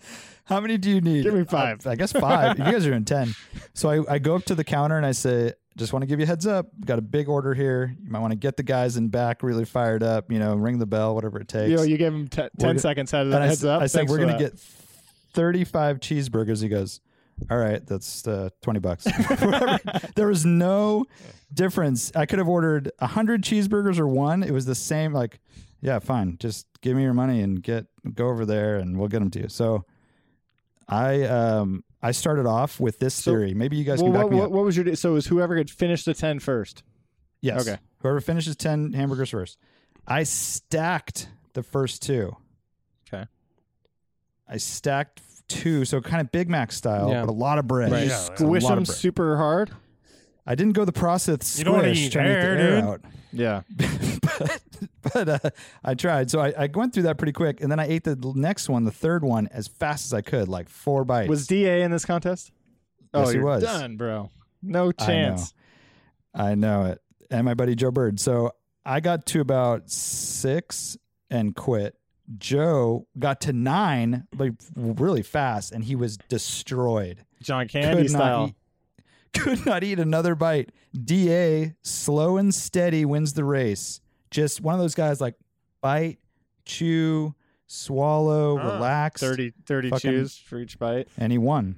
Speaker 3: How many do you need?
Speaker 2: Give me five.
Speaker 3: Uh, I guess five. you guys are in ten. So I, I go up to the counter and I say, just want to give you a heads up. Got a big order here. You might want to get the guys in back really fired up. You know, ring the bell, whatever it takes.
Speaker 2: You know, you gave him te- ten
Speaker 3: gonna-
Speaker 2: seconds head-
Speaker 3: and I,
Speaker 2: heads
Speaker 3: s-
Speaker 2: up.
Speaker 3: I said,
Speaker 2: Thanks
Speaker 3: we're
Speaker 2: for
Speaker 3: gonna
Speaker 2: that."
Speaker 3: get thirty-five cheeseburgers. He goes, all right, that's uh, twenty bucks. there was no difference. I could have ordered hundred cheeseburgers or one. It was the same. Like, yeah, fine. Just give me your money and get go over there, and we'll get them to you. So, I um I started off with this
Speaker 2: So-
Speaker 3: theory. Maybe you guys
Speaker 2: Well,
Speaker 3: can back
Speaker 2: what,
Speaker 3: me
Speaker 2: what,
Speaker 3: up.
Speaker 2: what was your? So it was whoever could finish the ten first.
Speaker 3: yes.
Speaker 2: okay.
Speaker 3: Whoever finishes ten hamburgers first. I stacked the first two.
Speaker 2: Okay.
Speaker 3: I stacked two, so kind of Big Mac style,
Speaker 5: Yeah.
Speaker 3: but a lot of bread.
Speaker 5: Right.
Speaker 2: You
Speaker 4: Yeah,
Speaker 2: squish
Speaker 3: yeah. A
Speaker 2: 'em
Speaker 3: lot of bread.
Speaker 2: super hard.
Speaker 3: I didn't go the process
Speaker 4: You don't wanna
Speaker 3: squish
Speaker 4: eat
Speaker 3: trying to get the
Speaker 4: air,
Speaker 3: air
Speaker 4: dude.
Speaker 3: out.
Speaker 2: Yeah.
Speaker 3: but but uh, I tried. So I, I went through that pretty quick, and then I ate the next one, the third one, as fast as I could, like four bites.
Speaker 2: Was Da in this contest?
Speaker 3: Yes,
Speaker 2: oh,
Speaker 3: he
Speaker 2: you're
Speaker 3: was.
Speaker 2: done, bro. No
Speaker 3: I know.
Speaker 2: chance.
Speaker 3: I know it. And my buddy Joe Bird. So I got to about six and quit. Joe got to nine, like really fast, and he was destroyed.
Speaker 2: John Candy
Speaker 3: could
Speaker 2: style.
Speaker 3: not eat. Could not eat another bite. Da slow and steady wins the race. Just one of those guys like bite, chew, swallow,
Speaker 4: Huh.
Speaker 3: relax,
Speaker 2: 30, 30
Speaker 3: Fucking-
Speaker 2: chews for each bite.
Speaker 3: and he won.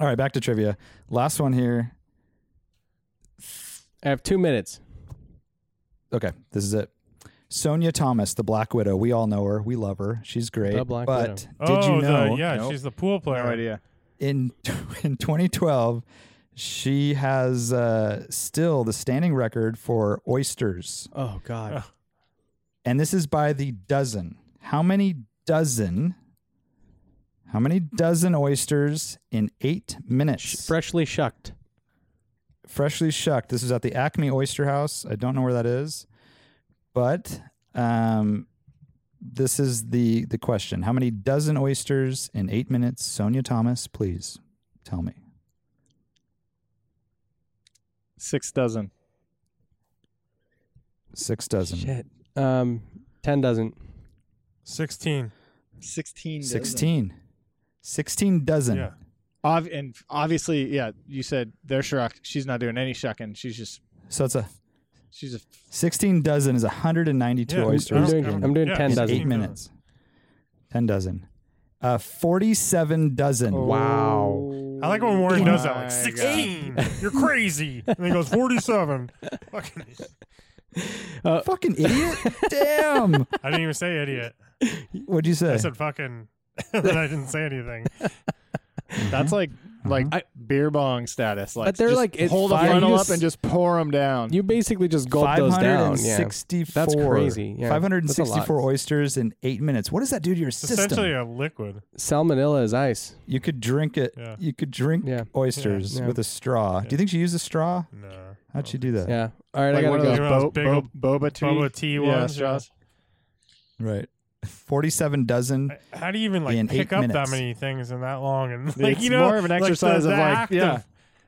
Speaker 3: All right, back to trivia. Last one here.
Speaker 5: I have two minutes.
Speaker 3: okay, this is it. Sonia Thomas, the Black Widow. We all know her. We love her. She's great.
Speaker 5: The Black
Speaker 3: but
Speaker 4: Oh,
Speaker 3: did you know
Speaker 4: the, yeah,
Speaker 2: Nope.
Speaker 4: she's the pool player.
Speaker 2: No idea.
Speaker 3: in in 2012 She has uh, still the standing record for oysters,
Speaker 5: Oh God.
Speaker 3: and this is by the dozen. How many dozen? How many dozen oysters in eight minutes?
Speaker 5: Freshly shucked.
Speaker 3: freshly shucked. This is at the Acme Oyster House. I don't know where that is, but um, this is the the question: How many dozen oysters in eight minutes? Sonia Thomas, please tell me.
Speaker 2: Six dozen.
Speaker 3: Six dozen.
Speaker 5: Shit. Um, ten doesn't.
Speaker 4: 16.
Speaker 2: Sixteen. dozen.
Speaker 3: Sixteen. Sixteen dozen.
Speaker 4: Yeah.
Speaker 2: Ob- and obviously, yeah, you said they're shuck. She's not doing any shucking. She's just
Speaker 3: So it's a
Speaker 2: she's a
Speaker 3: sixteen dozen is hundred and ninety two
Speaker 4: Yeah.
Speaker 5: I'm
Speaker 3: oysters
Speaker 5: doing,
Speaker 3: in,
Speaker 5: I'm doing
Speaker 4: Yeah,
Speaker 5: ten
Speaker 3: in
Speaker 5: dozen.
Speaker 3: eight minutes. Ten dozen. Uh, forty-seven dozen.
Speaker 5: Oh. Wow.
Speaker 4: I like when Warren does that. Like,
Speaker 2: My God.
Speaker 4: 16. You're crazy. And he goes, 47. Fucking,
Speaker 3: Fucking idiot! Damn.
Speaker 4: I didn't even say idiot.
Speaker 3: What'd you say?
Speaker 4: I said fucking. and then I didn't say anything.
Speaker 2: That's like
Speaker 4: Uh-huh.
Speaker 2: like
Speaker 5: I-
Speaker 2: beer bong status. Like,
Speaker 5: But they're
Speaker 2: just
Speaker 5: like, it's
Speaker 2: hold
Speaker 5: fine.
Speaker 2: a funnel
Speaker 5: You
Speaker 2: up and just pour them down.
Speaker 5: You basically just gulp those down. Yeah.
Speaker 3: 564.
Speaker 5: That's crazy. Yeah, that's a lot.
Speaker 3: 564 oysters in eight minutes. What does that do to your
Speaker 4: It's
Speaker 3: system?
Speaker 4: essentially a liquid.
Speaker 5: Salmonella is ice.
Speaker 3: you could drink it.
Speaker 4: Yeah.
Speaker 3: You could drink
Speaker 5: Yeah.
Speaker 3: oysters
Speaker 5: Yeah.
Speaker 3: with a straw. Do you think she used a straw?
Speaker 4: No.
Speaker 3: How'd she do that?
Speaker 5: Yeah. All right,
Speaker 2: like
Speaker 5: I
Speaker 2: one
Speaker 5: gotta
Speaker 2: of
Speaker 5: go.
Speaker 2: those
Speaker 4: One of
Speaker 2: bo-
Speaker 4: those big
Speaker 2: bo- boba tea,
Speaker 4: Bubba Oh. tea
Speaker 2: yeah,
Speaker 4: ones. yeah.
Speaker 2: straws.
Speaker 3: Right. 47 dozen.
Speaker 4: How do you even
Speaker 3: In
Speaker 4: like
Speaker 3: eight
Speaker 4: pick up
Speaker 3: minutes.
Speaker 4: that many things in that long? And
Speaker 2: Yeah,
Speaker 4: like
Speaker 2: it's
Speaker 4: you know,
Speaker 2: more of an
Speaker 4: like, the-
Speaker 2: exercise of,
Speaker 4: the
Speaker 2: like,
Speaker 4: act
Speaker 2: yeah.
Speaker 4: of-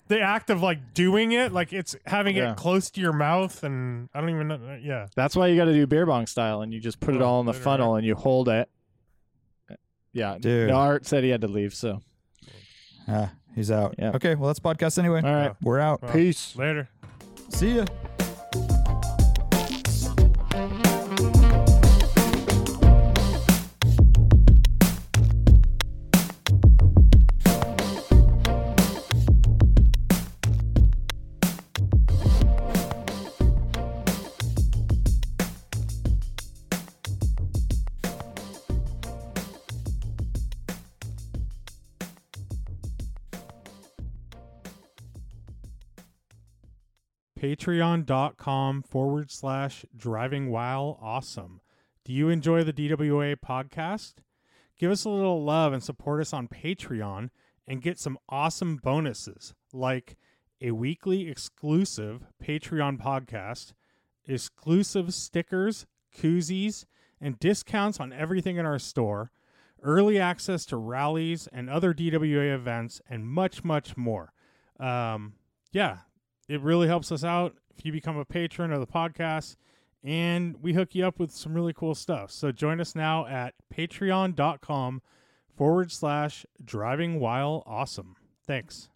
Speaker 4: the act of like doing it, like it's having
Speaker 2: Yeah.
Speaker 4: it close to your mouth, and I don't even know. Yeah,
Speaker 2: That's why you got to do beer bong style, and you just put it
Speaker 4: Oh,
Speaker 2: all in the
Speaker 4: literally.
Speaker 2: funnel, and you hold it. Yeah,
Speaker 3: Dude.
Speaker 2: no, Art said he had to leave, so
Speaker 3: Ah, he's out.
Speaker 2: Yeah.
Speaker 3: Okay. Well, that's podcast anyway.
Speaker 2: all
Speaker 4: Oh.
Speaker 2: right,
Speaker 3: We're out.
Speaker 4: Well,
Speaker 2: peace.
Speaker 4: later.
Speaker 3: See ya.
Speaker 6: patreon.com forward slash driving while awesome. Do you enjoy the DWA podcast? Give us a little love and support us on Patreon and get some awesome bonuses like a weekly exclusive Patreon podcast, exclusive stickers, koozies, and discounts on everything in our store, early access to rallies and other DWA events, and much, much more. Um, yeah, it really helps us out if you become a patron of the podcast and we hook you up with some really cool stuff so join us now at patreon.com forward slash driving while awesome thanks